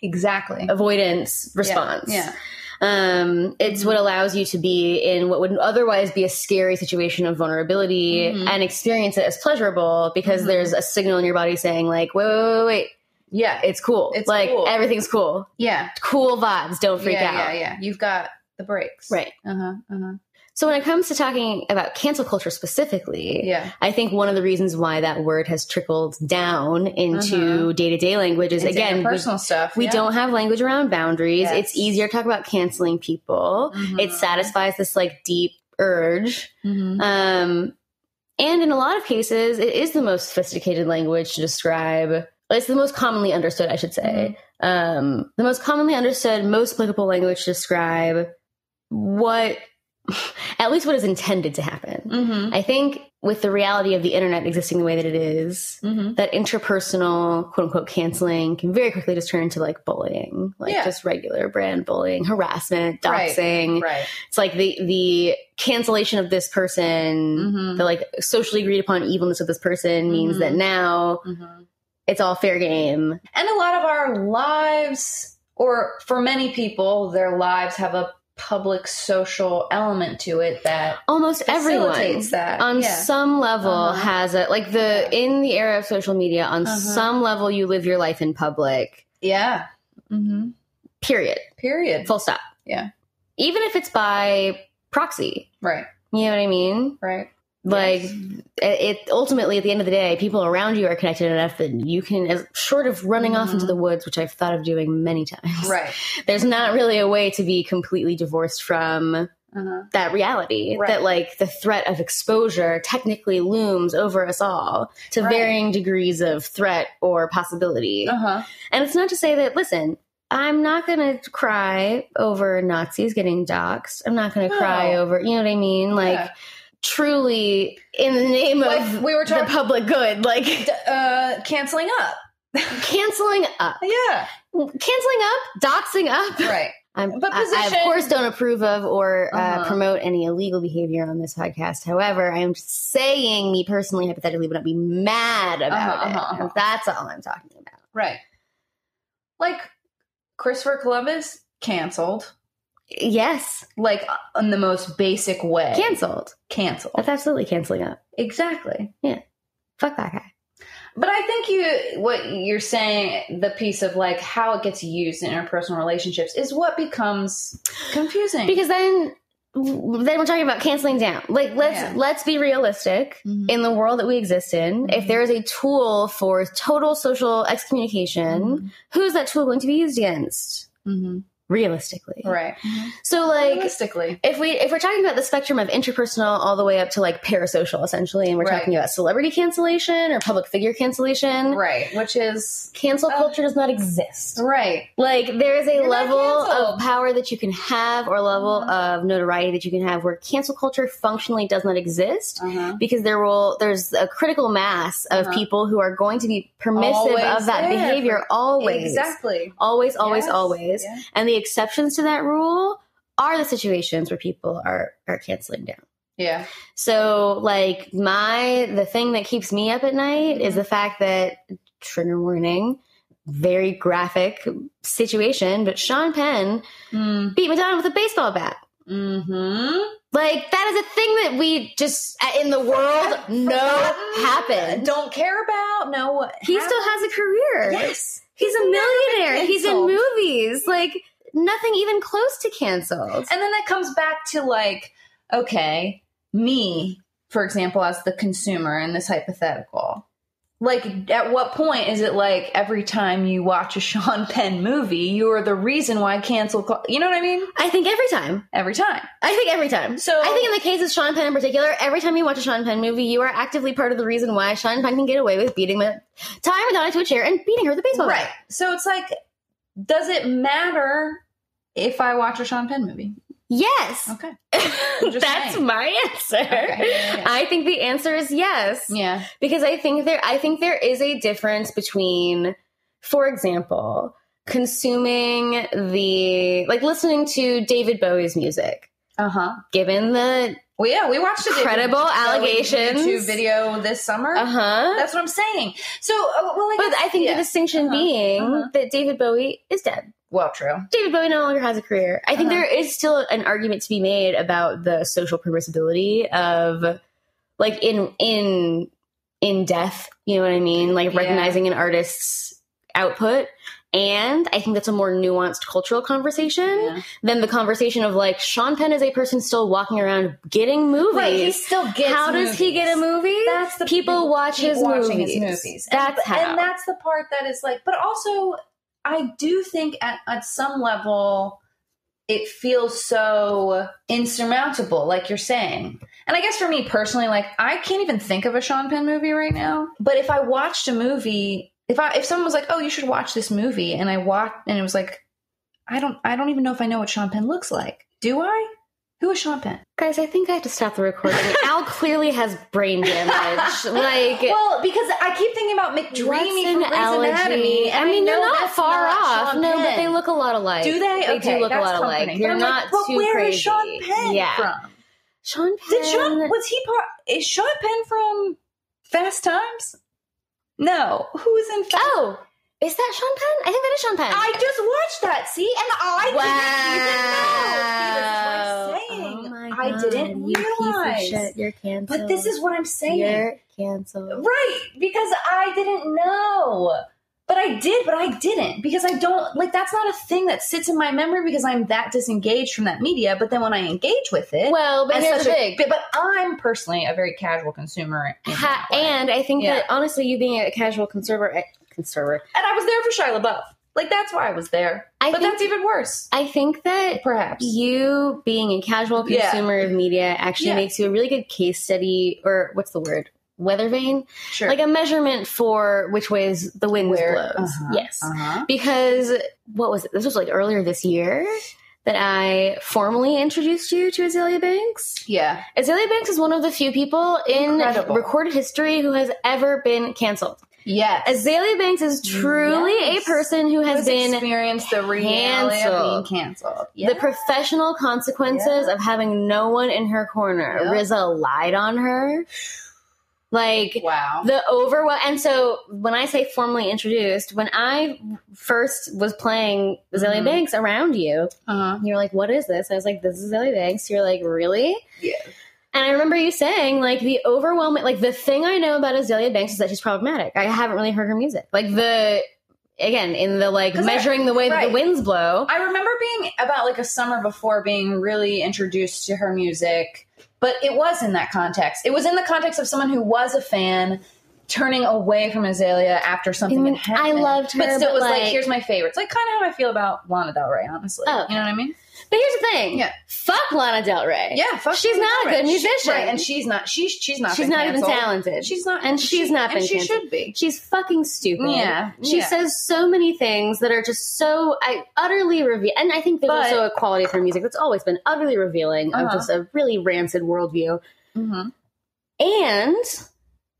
Speaker 2: exactly
Speaker 1: avoidance response
Speaker 2: yeah, Mm-hmm.
Speaker 1: um, it's what allows you to be in what would otherwise be a scary situation of vulnerability
Speaker 2: Mhm.
Speaker 1: and experience it as pleasurable because
Speaker 2: Mhm.
Speaker 1: there's a signal in your body saying like, wait, wait, wait, wait,
Speaker 2: yeah yeah
Speaker 1: it's cool.
Speaker 2: It's
Speaker 1: like
Speaker 2: cool.
Speaker 1: everything's cool.
Speaker 2: yeah
Speaker 1: Cool vibes. Don't freak
Speaker 2: yeah,
Speaker 1: out.
Speaker 2: yeah yeah you've got the breaks
Speaker 1: Right.
Speaker 2: uh-huh uh-huh
Speaker 1: So when it comes to talking about cancel culture specifically,
Speaker 2: yeah
Speaker 1: I think one of the reasons why that word has trickled down into day to day language is
Speaker 2: It's
Speaker 1: again, we,
Speaker 2: Uh-huh. interpersonal stuff
Speaker 1: we
Speaker 2: yeah.
Speaker 1: don't have language around boundaries.
Speaker 2: Yes.
Speaker 1: It's easier to talk about canceling people.
Speaker 2: Mhm.
Speaker 1: It satisfies this like deep urge
Speaker 2: Mhm.
Speaker 1: Um, and in a lot of cases, it is the most sophisticated language to describe. It's the most commonly understood, I should
Speaker 2: Mm-hmm.
Speaker 1: say. Um, the most commonly understood, most applicable language to describe what, at least what is intended to happen.
Speaker 2: Mhm.
Speaker 1: I think with the reality of the internet existing the way that it is,
Speaker 2: Mhm.
Speaker 1: that interpersonal quote unquote canceling can very quickly just turn into like bullying, like
Speaker 2: Yeah.
Speaker 1: just regular brand bullying, harassment,
Speaker 2: Right.
Speaker 1: doxing,
Speaker 2: Right.
Speaker 1: it's like the the cancellation of this person
Speaker 2: Mhm.
Speaker 1: the like socially agreed upon evilness of this person means
Speaker 2: Mhm.
Speaker 1: that now
Speaker 2: Mhm.
Speaker 1: it's all fair game
Speaker 2: And a lot of our lives, or for many people, their lives have a public social element to it that
Speaker 1: Almost everyone
Speaker 2: facilitates that.
Speaker 1: on
Speaker 2: yeah.
Speaker 1: some level
Speaker 2: Uh-huh.
Speaker 1: has it. Like the
Speaker 2: Yeah.
Speaker 1: in the era of social media, on
Speaker 2: Uh-huh.
Speaker 1: some level, you live your life in public.
Speaker 2: yeah.
Speaker 1: Mm-hmm.
Speaker 2: hmm
Speaker 1: Period.
Speaker 2: Period.
Speaker 1: Full stop.
Speaker 2: Yeah.
Speaker 1: Even if it's by proxy,
Speaker 2: Right.
Speaker 1: you know what I mean.
Speaker 2: Right.
Speaker 1: Like
Speaker 2: Yes.
Speaker 1: it ultimately, at the end of the day, people around you are connected enough that you can, as short of running off
Speaker 2: Mhm.
Speaker 1: into the woods, which I've thought of doing many times.
Speaker 2: Right.
Speaker 1: There's not really a way to be completely divorced from
Speaker 2: Uh-huh.
Speaker 1: that reality
Speaker 2: Right.
Speaker 1: that like the threat of exposure technically looms over us all to
Speaker 2: Right.
Speaker 1: varying degrees of threat or possibility.
Speaker 2: Uh-huh.
Speaker 1: And it's not to say that listen, I'm not going to cry over Nazis getting doxxed. I'm not going to
Speaker 2: No.
Speaker 1: cry over, you know what I mean? Like
Speaker 2: Yeah.
Speaker 1: truly in the name
Speaker 2: Like
Speaker 1: of
Speaker 2: we were
Speaker 1: the
Speaker 2: talking
Speaker 1: public good, like
Speaker 2: uh canceling up.
Speaker 1: canceling up,
Speaker 2: Yeah.
Speaker 1: canceling up, doxing up.
Speaker 2: Right.
Speaker 1: I'm,
Speaker 2: But
Speaker 1: I- I,
Speaker 2: position-
Speaker 1: of course, don't approve of or uh,
Speaker 2: Uh-huh.
Speaker 1: promote any illegal behavior on this podcast. However, I am just saying, me personally, hypothetically, would not be mad about
Speaker 2: Uh-huh,
Speaker 1: it.
Speaker 2: uh-huh, uh-huh.
Speaker 1: That's all I'm talking about.
Speaker 2: Right. Like Christopher Columbus canceled,
Speaker 1: Yes,
Speaker 2: like in the most basic way.
Speaker 1: canceled.
Speaker 2: canceled.
Speaker 1: That's absolutely canceling up.
Speaker 2: Exactly.
Speaker 1: Fuck that guy.
Speaker 2: But I think you what you're saying the piece of like how it gets used in interpersonal relationships is what becomes confusing.
Speaker 1: Because then, then we're talking about canceling down. Like let's
Speaker 2: Yeah.
Speaker 1: let's be realistic.
Speaker 2: Mhm.
Speaker 1: In the world that we exist in, if
Speaker 2: Mhm.
Speaker 1: there is a tool for total social excommunication,
Speaker 2: Mm-hmm.
Speaker 1: who's that tool going to be used against?
Speaker 2: Mhm.
Speaker 1: Realistically,
Speaker 2: Right.
Speaker 1: So Mm-hmm. like,
Speaker 2: Realistically.
Speaker 1: if we if we're talking about the spectrum of interpersonal all the way up to like parasocial essentially and we're
Speaker 2: Right.
Speaker 1: talking about celebrity cancellation or public figure cancellation
Speaker 2: Right. Which is
Speaker 1: cancel
Speaker 2: Uh,
Speaker 1: culture does not exist
Speaker 2: right.
Speaker 1: like there's a
Speaker 2: You're not
Speaker 1: level
Speaker 2: canceled. Mm-hmm.
Speaker 1: of power that you can have or level of notoriety that you can have where cancel culture functionally does not exist
Speaker 2: Uh-huh.
Speaker 1: because there will there's a critical mass of
Speaker 2: Uh-huh.
Speaker 1: people who are going to be permissive
Speaker 2: Always
Speaker 1: of that
Speaker 2: there
Speaker 1: behavior always
Speaker 2: Exactly.
Speaker 1: always always
Speaker 2: Yes.
Speaker 1: always
Speaker 2: Yeah.
Speaker 1: and the exceptions to that rule are the situations where people are are canceling down.
Speaker 2: Yeah.
Speaker 1: So like my the thing that keeps me up at night is
Speaker 2: Mm-hmm.
Speaker 1: the fact that trigger warning, very graphic situation, but Sean Penn beat Madonna with a baseball bat.
Speaker 2: Mm-hmm.
Speaker 1: Like that is a thing that we just uh, in the world know happened.
Speaker 2: Don't care about. No. what
Speaker 1: he still
Speaker 2: happened.
Speaker 1: has a career.
Speaker 2: Yes.
Speaker 1: He's a millionaire. He's in
Speaker 2: canceled.
Speaker 1: movies. Like nothing even close to canceled.
Speaker 2: And then that comes back to like, okay, me, for example, as the consumer in this hypothetical. Like, at what point is it like every time you watch a Sean Penn movie, you are the reason why cancel? cul- You know what I mean?
Speaker 1: I think every time.
Speaker 2: Every time.
Speaker 1: I think every time.
Speaker 2: So-
Speaker 1: I think in the case of Sean Penn in particular, every time you watch a Sean Penn movie, you are actively part of the reason why Sean Penn can get away with beating Ma- tying Madonna to a chair and beating her with a baseball
Speaker 2: Right.
Speaker 1: bat.
Speaker 2: So it's like, does it matter if I watch a Sean Penn movie?
Speaker 1: Yes,
Speaker 2: Okay. just
Speaker 1: that's
Speaker 2: saying.
Speaker 1: my answer.
Speaker 2: Okay. Yeah, yeah.
Speaker 1: I think the answer is yes
Speaker 2: Yeah.
Speaker 1: because I think there I think there is a difference between, for example, consuming the like listening to David Bowie's music,
Speaker 2: Uh huh.
Speaker 1: given the
Speaker 2: Well, yeah, we watched a
Speaker 1: Credible allegations.
Speaker 2: YouTube video this summer.
Speaker 1: uh huh.
Speaker 2: That's what I'm saying. So, uh, well, I
Speaker 1: But
Speaker 2: guess-
Speaker 1: I think
Speaker 2: yeah.
Speaker 1: the distinction
Speaker 2: Uh-huh.
Speaker 1: being
Speaker 2: Uh-huh.
Speaker 1: that David Bowie is dead.
Speaker 2: well, true.
Speaker 1: David Bowie no longer has a career. I think
Speaker 2: Uh-huh.
Speaker 1: there is still an argument to be made about the social permissibility of like in in in death, you know what I mean? Like
Speaker 2: Yeah.
Speaker 1: recognizing an artist's output. And I think that's a more nuanced cultural conversation
Speaker 2: Yeah.
Speaker 1: than the conversation of like Sean Penn is a person still walking around getting movies.
Speaker 2: Right, he still gets.
Speaker 1: how does he get a
Speaker 2: movies.
Speaker 1: movie?
Speaker 2: That's the
Speaker 1: people watch
Speaker 2: keep
Speaker 1: his
Speaker 2: watching
Speaker 1: movies.
Speaker 2: his movies.
Speaker 1: That's
Speaker 2: and,
Speaker 1: how.
Speaker 2: and that's the part that is like. But also, I do think at at some level, it feels so insurmountable, like you're saying. And I guess for me personally, like I can't even think of a Sean Penn movie right now. But if I watched a movie, if I if someone was like, "Oh, you should watch this movie," and I watched, and it was like, I don't, I don't even know if I know what Sean Penn looks like. Do I? Who is Sean Penn?
Speaker 1: Guys, I think I have to stop the recording. Al clearly has brain damage. Like,
Speaker 2: well, because I keep thinking about McDreamy from Grey's Anatomy. and
Speaker 1: I mean, they're
Speaker 2: know
Speaker 1: not
Speaker 2: that's
Speaker 1: far
Speaker 2: not
Speaker 1: off.
Speaker 2: Sean
Speaker 1: no, but
Speaker 2: Penn.
Speaker 1: they look a lot alike.
Speaker 2: Do they?
Speaker 1: They
Speaker 2: okay,
Speaker 1: do look a
Speaker 2: that's
Speaker 1: lot alike.
Speaker 2: comforting. But
Speaker 1: You're
Speaker 2: I'm
Speaker 1: not
Speaker 2: like, but
Speaker 1: too
Speaker 2: where
Speaker 1: crazy.
Speaker 2: is Sean Penn
Speaker 1: yeah.
Speaker 2: from?
Speaker 1: Sean Penn.
Speaker 2: Did Sean was he part? Is Sean Penn from Fast Times? No. Who's in Fast?
Speaker 1: oh, Is that Sean Penn? I think that is Sean Penn.
Speaker 2: I just watched that. See, and I
Speaker 1: wow.
Speaker 2: didn't even know. See, this is what I'm saying.
Speaker 1: Oh my
Speaker 2: I
Speaker 1: God,
Speaker 2: didn't
Speaker 1: you
Speaker 2: realize.
Speaker 1: Piece of shit. You're canceled.
Speaker 2: But this is what I'm saying.
Speaker 1: You're canceled.
Speaker 2: Right, because I didn't know. But I did, but I didn't because I don't like that's not a thing that sits in my memory because I'm that disengaged from that media. But then when I engage with it,
Speaker 1: Well, but
Speaker 2: as
Speaker 1: here's the
Speaker 2: such a-
Speaker 1: thing.
Speaker 2: but- But I'm personally a very casual consumer, in
Speaker 1: Ha-
Speaker 2: that way.
Speaker 1: and I think
Speaker 2: Yeah.
Speaker 1: that honestly, you being a casual conserver, eh, conserver,
Speaker 2: and I was there for Shia LaBeouf. Like that's why I was there.
Speaker 1: I
Speaker 2: but
Speaker 1: think-
Speaker 2: that's even worse,
Speaker 1: I think that
Speaker 2: perhaps.
Speaker 1: you being a casual
Speaker 2: Yeah.
Speaker 1: consumer of media actually
Speaker 2: Yeah.
Speaker 1: makes you a really good case study, or what's the word? Weather vane,
Speaker 2: Sure.
Speaker 1: like a measurement for which ways the wind
Speaker 2: Where-
Speaker 1: blows.
Speaker 2: uh-huh,
Speaker 1: yes,
Speaker 2: uh-huh.
Speaker 1: because what was it? This was like earlier this year that I formally introduced you to Azalea Banks.
Speaker 2: Yeah.
Speaker 1: Azalea Banks is one of the few people in
Speaker 2: Incredible.
Speaker 1: recorded history who has ever been canceled.
Speaker 2: Yes.
Speaker 1: Azalea Banks is truly
Speaker 2: Yes.
Speaker 1: a person who has
Speaker 2: Who's
Speaker 1: been
Speaker 2: experienced the reality of
Speaker 1: canceled.
Speaker 2: being canceled.
Speaker 1: the professional consequences of having no one in her corner.
Speaker 2: Yeah.
Speaker 1: Rizza lied on her. Like
Speaker 2: wow.
Speaker 1: the overwhelm. And so when I say formally introduced, when I first was playing Azalea
Speaker 2: Mhm.
Speaker 1: Banks around you,
Speaker 2: uh-huh.
Speaker 1: you were like, "What is this?" I was like, "This is Azalea Banks." You're like, "Really?"
Speaker 2: Yeah.
Speaker 1: And I remember you saying, like, the overwhelming, like, the thing I know about Azalea Banks is that she's problematic. I haven't really heard her music. Like, the, again, in the, like,
Speaker 2: 'Cause I-
Speaker 1: measuring the way that
Speaker 2: right.
Speaker 1: the winds blow.
Speaker 2: I remember being about like a summer before being really introduced to her music, but it was in that context. It was in the context of someone who was a fan turning away from Azalea after something had
Speaker 1: Mm, I
Speaker 2: happened.
Speaker 1: loved
Speaker 2: but
Speaker 1: her,
Speaker 2: still
Speaker 1: but,
Speaker 2: was like,
Speaker 1: like-
Speaker 2: here's my favorites. Like kind of how I feel about Lana Del Rey, honestly.
Speaker 1: Oh.
Speaker 2: You know what I mean?
Speaker 1: But here's the thing.
Speaker 2: Yeah.
Speaker 1: Fuck Lana Del Rey.
Speaker 2: Yeah, fuck
Speaker 1: She's
Speaker 2: Lana
Speaker 1: not a
Speaker 2: Del Rey.
Speaker 1: good
Speaker 2: She-
Speaker 1: musician.
Speaker 2: right, and she's not. She's she's not.
Speaker 1: She's
Speaker 2: been
Speaker 1: not even
Speaker 2: canceled.
Speaker 1: talented.
Speaker 2: She's not,
Speaker 1: And she's
Speaker 2: she-
Speaker 1: not
Speaker 2: And
Speaker 1: been
Speaker 2: she
Speaker 1: canceled.
Speaker 2: should be.
Speaker 1: She's fucking stupid.
Speaker 2: Yeah,
Speaker 1: She
Speaker 2: yeah.
Speaker 1: says so many things that are just so I utterly reveal. And I think there's
Speaker 2: But-
Speaker 1: also a quality of her music that's always been utterly revealing
Speaker 2: Uh-huh.
Speaker 1: of just a really rancid worldview.
Speaker 2: hmm
Speaker 1: Mm-hmm. And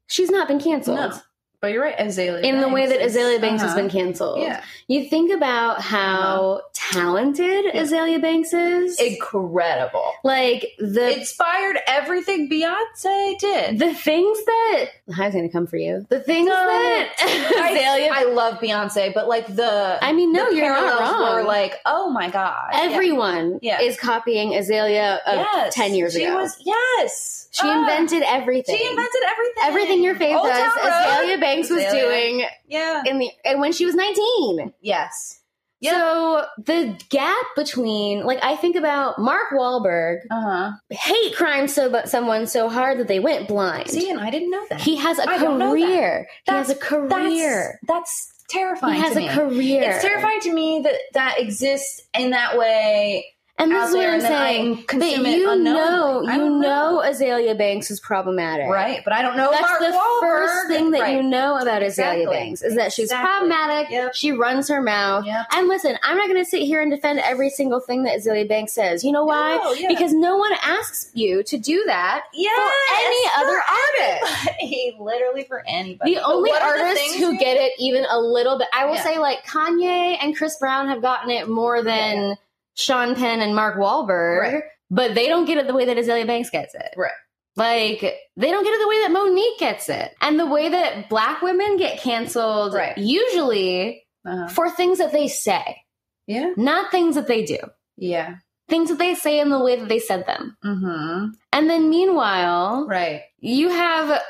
Speaker 1: she's not been canceled.
Speaker 2: No, but you're right. Azalea
Speaker 1: in the way that
Speaker 2: Banks is-
Speaker 1: Azalea Banks has
Speaker 2: uh-huh.
Speaker 1: been canceled.
Speaker 2: Yeah, Uh-huh.
Speaker 1: You think about how talented Azalea Banks is.
Speaker 2: incredible.
Speaker 1: like the
Speaker 2: inspired everything Beyonce did.
Speaker 1: the things that the high's gonna come for you. The things
Speaker 2: No.
Speaker 1: that Azalea.
Speaker 2: I, I love Beyonce, but like the
Speaker 1: I mean, no,
Speaker 2: the
Speaker 1: you're not
Speaker 2: parallels
Speaker 1: wrong.
Speaker 2: Were like, oh my god,
Speaker 1: Everyone
Speaker 2: Yeah.
Speaker 1: is copying Azalea
Speaker 2: Yeah.
Speaker 1: of
Speaker 2: Yes.
Speaker 1: uh, ten years
Speaker 2: she
Speaker 1: ago.
Speaker 2: was yes,
Speaker 1: she
Speaker 2: Ah,
Speaker 1: invented everything.
Speaker 2: She invented everything.
Speaker 1: everything your face
Speaker 2: Old
Speaker 1: does.
Speaker 2: Town Road.
Speaker 1: Azalea Banks was
Speaker 2: Azalea.
Speaker 1: doing
Speaker 2: Yeah.
Speaker 1: in the and when she was nineteen.
Speaker 2: Yes. Yeah.
Speaker 1: So the gap between, like, I think about Mark Wahlberg
Speaker 2: Uh huh.
Speaker 1: hate crime so but someone so hard that they went blind.
Speaker 2: See, and I didn't know that.
Speaker 1: he has a
Speaker 2: I don't know
Speaker 1: career. He has a
Speaker 2: That's
Speaker 1: career.
Speaker 2: that's terrifying.
Speaker 1: He has
Speaker 2: to
Speaker 1: a
Speaker 2: me.
Speaker 1: career.
Speaker 2: It's terrifying to me that that exists in that way
Speaker 1: And
Speaker 2: out
Speaker 1: this is what
Speaker 2: there,
Speaker 1: I'm
Speaker 2: and then I
Speaker 1: saying. But
Speaker 2: consume it
Speaker 1: you know,
Speaker 2: unknowingly. I
Speaker 1: you
Speaker 2: don't know.
Speaker 1: know Azalea Banks is problematic.
Speaker 2: right? But I don't know.
Speaker 1: That's
Speaker 2: Mark
Speaker 1: the
Speaker 2: Wahlberg.
Speaker 1: first thing that
Speaker 2: Right.
Speaker 1: you know about Azalea
Speaker 2: Exactly.
Speaker 1: Banks is that she's
Speaker 2: Exactly.
Speaker 1: problematic.
Speaker 2: Yep.
Speaker 1: She runs her mouth.
Speaker 2: Yep.
Speaker 1: And listen, I'm not going to sit here and defend every single thing that Azalea Banks says. You know why?
Speaker 2: No, Oh, yeah.
Speaker 1: Because no one asks you to do that
Speaker 2: Yeah,
Speaker 1: for any other artist.
Speaker 2: He literally for anybody.
Speaker 1: The only
Speaker 2: What are the
Speaker 1: artists
Speaker 2: things
Speaker 1: who
Speaker 2: you-
Speaker 1: get it even a little bit, I will
Speaker 2: Yeah.
Speaker 1: say, like Kanye and Chris Brown have gotten it more than
Speaker 2: Yeah.
Speaker 1: Sean Penn and Mark Wahlberg,
Speaker 2: Right.
Speaker 1: but they don't get it the way that Azalea Banks gets it.
Speaker 2: Right.
Speaker 1: Like they don't get it the way that Monique gets it, and the way that Black women get canceled
Speaker 2: Right.
Speaker 1: usually
Speaker 2: Uh-huh.
Speaker 1: for things that they say,
Speaker 2: Yeah,
Speaker 1: not things that they do.
Speaker 2: yeah.
Speaker 1: Things that they say in the way that they said them.
Speaker 2: Mm-hmm.
Speaker 1: And then meanwhile,
Speaker 2: Right.
Speaker 1: you have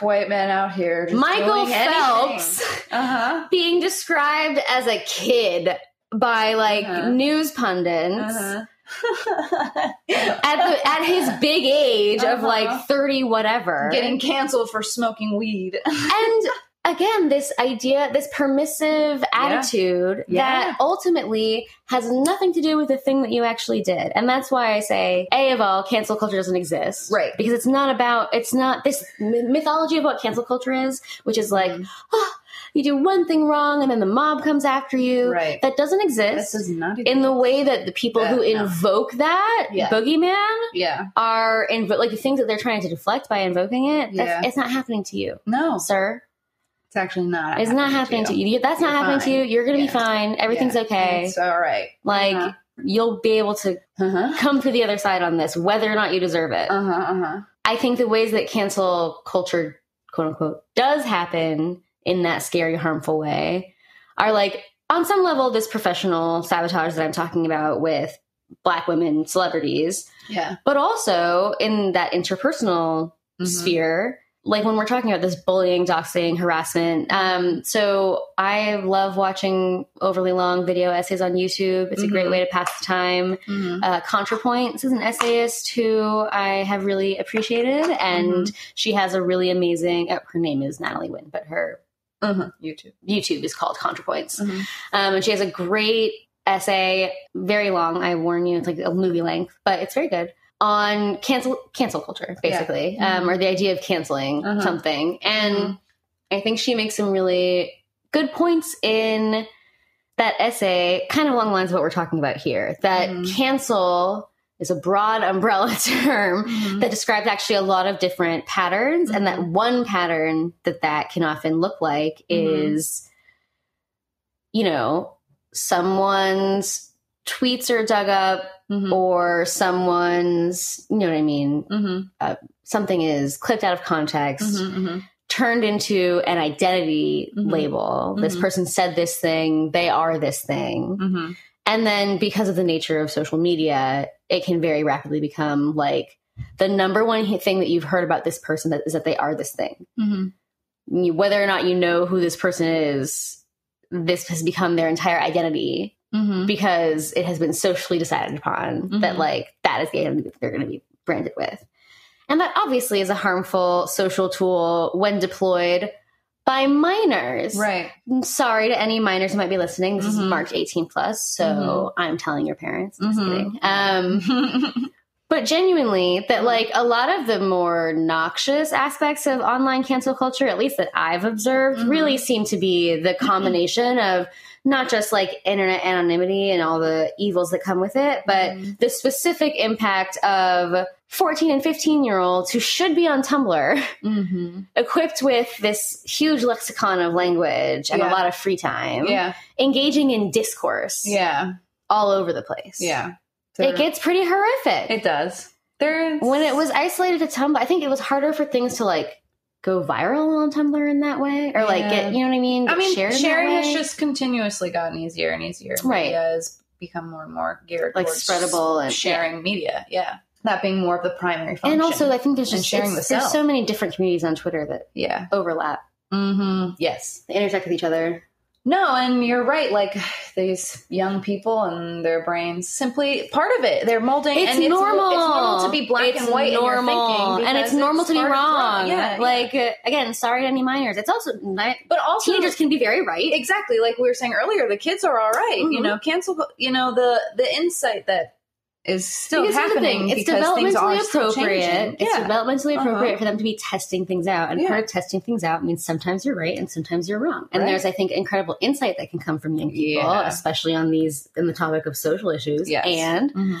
Speaker 2: White men out here. just
Speaker 1: Michael
Speaker 2: doing anything.
Speaker 1: Phelps.
Speaker 2: Uh-huh.
Speaker 1: being described as a kid by like
Speaker 2: Uh-huh.
Speaker 1: news pundits
Speaker 2: Uh-huh.
Speaker 1: at the, at his big age of
Speaker 2: Uh-huh.
Speaker 1: like 30 whatever
Speaker 2: Getting canceled for smoking weed.
Speaker 1: and again this idea this permissive attitude
Speaker 2: Yeah.
Speaker 1: that ultimately has nothing to do with the thing that you actually did and that's why i say a of all cancel culture doesn't exist
Speaker 2: Right.
Speaker 1: because it's not about it's not this myth- mythology of what cancel culture is which is
Speaker 2: Mm-hmm.
Speaker 1: like "Ah, you do one thing wrong and then the mob comes after you
Speaker 2: Right.
Speaker 1: that doesn't
Speaker 2: This
Speaker 1: exist
Speaker 2: does not.
Speaker 1: in the way that the people who
Speaker 2: Yeah, no.
Speaker 1: invoke that
Speaker 2: Yeah.
Speaker 1: boogeyman
Speaker 2: yeah.
Speaker 1: are invo- like the things that they're trying to deflect by invoking it.
Speaker 2: Yeah.
Speaker 1: That's, it's not happening to you,
Speaker 2: No,
Speaker 1: sir.
Speaker 2: it's actually not.
Speaker 1: It's not happening to you. That's not
Speaker 2: You're
Speaker 1: happening to you.
Speaker 2: fine.
Speaker 1: You're gonna
Speaker 2: Yeah.
Speaker 1: be fine. Everything's
Speaker 2: Yeah.
Speaker 1: okay.
Speaker 2: It's all right.
Speaker 1: like
Speaker 2: Uh-huh.
Speaker 1: you'll be able to
Speaker 2: Uh huh.
Speaker 1: come to the other side on this, whether or not you deserve it.
Speaker 2: Uh huh. Uh huh.
Speaker 1: I think the ways that cancel culture, quote unquote, does happen in that scary, harmful way are like on some level this professional sabotage that I'm talking about with black women celebrities,
Speaker 2: Yeah. Mm-hmm.
Speaker 1: but also in that interpersonal sphere like when we're talking about this bullying doxing harassment um, so i love watching overly long video essays on youtube it's a great
Speaker 2: Mhm.
Speaker 1: way to pass the time
Speaker 2: Mhm.
Speaker 1: uh, contrapoint this is an essayist who i have really appreciated and she has a really amazing uh, her name is natalie wynn but her
Speaker 2: Mhm. YouTube.
Speaker 1: youtube is called contrapoints
Speaker 2: Mhm.
Speaker 1: um, and she has a great essay very long i warn you it's like a movie length but it's very good on cancel cancel culture
Speaker 2: Yeah. Mm-hmm.
Speaker 1: basically um, or the idea of canceling
Speaker 2: Uh-huh.
Speaker 1: something and
Speaker 2: Mhm.
Speaker 1: i think she makes some really good points in that essay kind of along the lines of what we're talking about here that
Speaker 2: Mhm.
Speaker 1: cancel is a broad umbrella term that describes actually a lot of different patterns and that one pattern that that can often look like
Speaker 2: Mhm.
Speaker 1: is you know someone's tweets are dug up
Speaker 2: Mhm.
Speaker 1: or someone's you know what i mean
Speaker 2: Mhm.
Speaker 1: something is clipped out of context
Speaker 2: Mhm.
Speaker 1: turned into an identity
Speaker 2: Mhm.
Speaker 1: label this
Speaker 2: Mhm.
Speaker 1: person said this thing they are this thing
Speaker 2: Mhm.
Speaker 1: and then because of the nature of social media, it can very rapidly become like the number one hi- thing that you've heard about this person that is that they are this thing.
Speaker 2: Mhm.
Speaker 1: You- Whether or not you know who this person is, this has become their entire identity
Speaker 2: Mhm.
Speaker 1: because it has been socially decided upon that
Speaker 2: Mhm.
Speaker 1: like that is the identity that they're going to be branded with. And that obviously is a harmful social tool when deployed by minors.
Speaker 2: Right.
Speaker 1: I'm sorry to any minors who might be listening. This is
Speaker 2: Mhm.
Speaker 1: March 18 plus, so
Speaker 2: Mhm.
Speaker 1: I'm telling your parents. Just
Speaker 2: Mhm.
Speaker 1: kidding. Um,
Speaker 2: Mhm.
Speaker 1: but genuinely, that
Speaker 2: Mhm.
Speaker 1: like a lot of the more noxious aspects of online cancel culture, at least that I've observed,
Speaker 2: Mhm.
Speaker 1: really seem to be the
Speaker 2: Mm-hmm.
Speaker 1: combination of not just like internet anonymity and all the evils that come with it, but
Speaker 2: Mhm.
Speaker 1: the specific impact of 14 and 15 year olds who should be on Tumblr
Speaker 2: Mhm.
Speaker 1: equipped with this huge lexicon of language and a
Speaker 2: Yeah.
Speaker 1: lot of free time,
Speaker 2: Yeah.
Speaker 1: engaging in discourse
Speaker 2: Yeah.
Speaker 1: all over the place.
Speaker 2: Yeah.
Speaker 1: It gets pretty horrific.
Speaker 2: It does. There's
Speaker 1: when it was isolated to Tumblr, I think it was harder for things to like go viral on Tumblr in that way or like
Speaker 2: Yeah.
Speaker 1: get, you know what I mean?
Speaker 2: I
Speaker 1: Get
Speaker 2: mean,
Speaker 1: shared in that
Speaker 2: sharing has
Speaker 1: way.
Speaker 2: just continuously gotten easier and easier.
Speaker 1: Right.
Speaker 2: Media has become more and more geared
Speaker 1: like
Speaker 2: towards
Speaker 1: spreadable and
Speaker 2: sharing media. Yeah, that being more of the primary function.
Speaker 1: And also, I think there's
Speaker 2: and
Speaker 1: just
Speaker 2: sharing
Speaker 1: it's-
Speaker 2: the
Speaker 1: there's
Speaker 2: self.
Speaker 1: so many different communities on Twitter that
Speaker 2: yeah.
Speaker 1: overlap,
Speaker 2: Mm-hmm. Yes.
Speaker 1: they intersect with each other.
Speaker 2: No, and you're right. Like these young people and their brains simply part of it. They're molding.
Speaker 1: It's
Speaker 2: and it's
Speaker 1: normal.
Speaker 2: It's normal to be black
Speaker 1: It's
Speaker 2: and white. in your
Speaker 1: normal,
Speaker 2: thinking
Speaker 1: and
Speaker 2: because
Speaker 1: it's normal to be
Speaker 2: part of growing-
Speaker 1: wrong.
Speaker 2: Yeah. yeah.
Speaker 1: like uh, again, sorry to any minors. It's also not,
Speaker 2: but also
Speaker 1: teenagers can be very right.
Speaker 2: exactly like we were saying earlier the kids are all right, you
Speaker 1: Mhm.
Speaker 2: know cancel you know the the insight that is still
Speaker 1: Because here's the
Speaker 2: happening
Speaker 1: thing, it's
Speaker 2: because things are
Speaker 1: developmentally
Speaker 2: still
Speaker 1: appropriate.
Speaker 2: changing.
Speaker 1: It's
Speaker 2: yeah
Speaker 1: developmentally
Speaker 2: Uh-huh.
Speaker 1: appropriate for them to be testing things out. And
Speaker 2: Yeah.
Speaker 1: part of testing things out means sometimes you're right and sometimes you're wrong. And
Speaker 2: Right.
Speaker 1: there's, I think, incredible insight that can come from young people,
Speaker 2: Yeah.
Speaker 1: especially on these in the topic of social issues.
Speaker 2: Yes.
Speaker 1: And
Speaker 2: Mhm.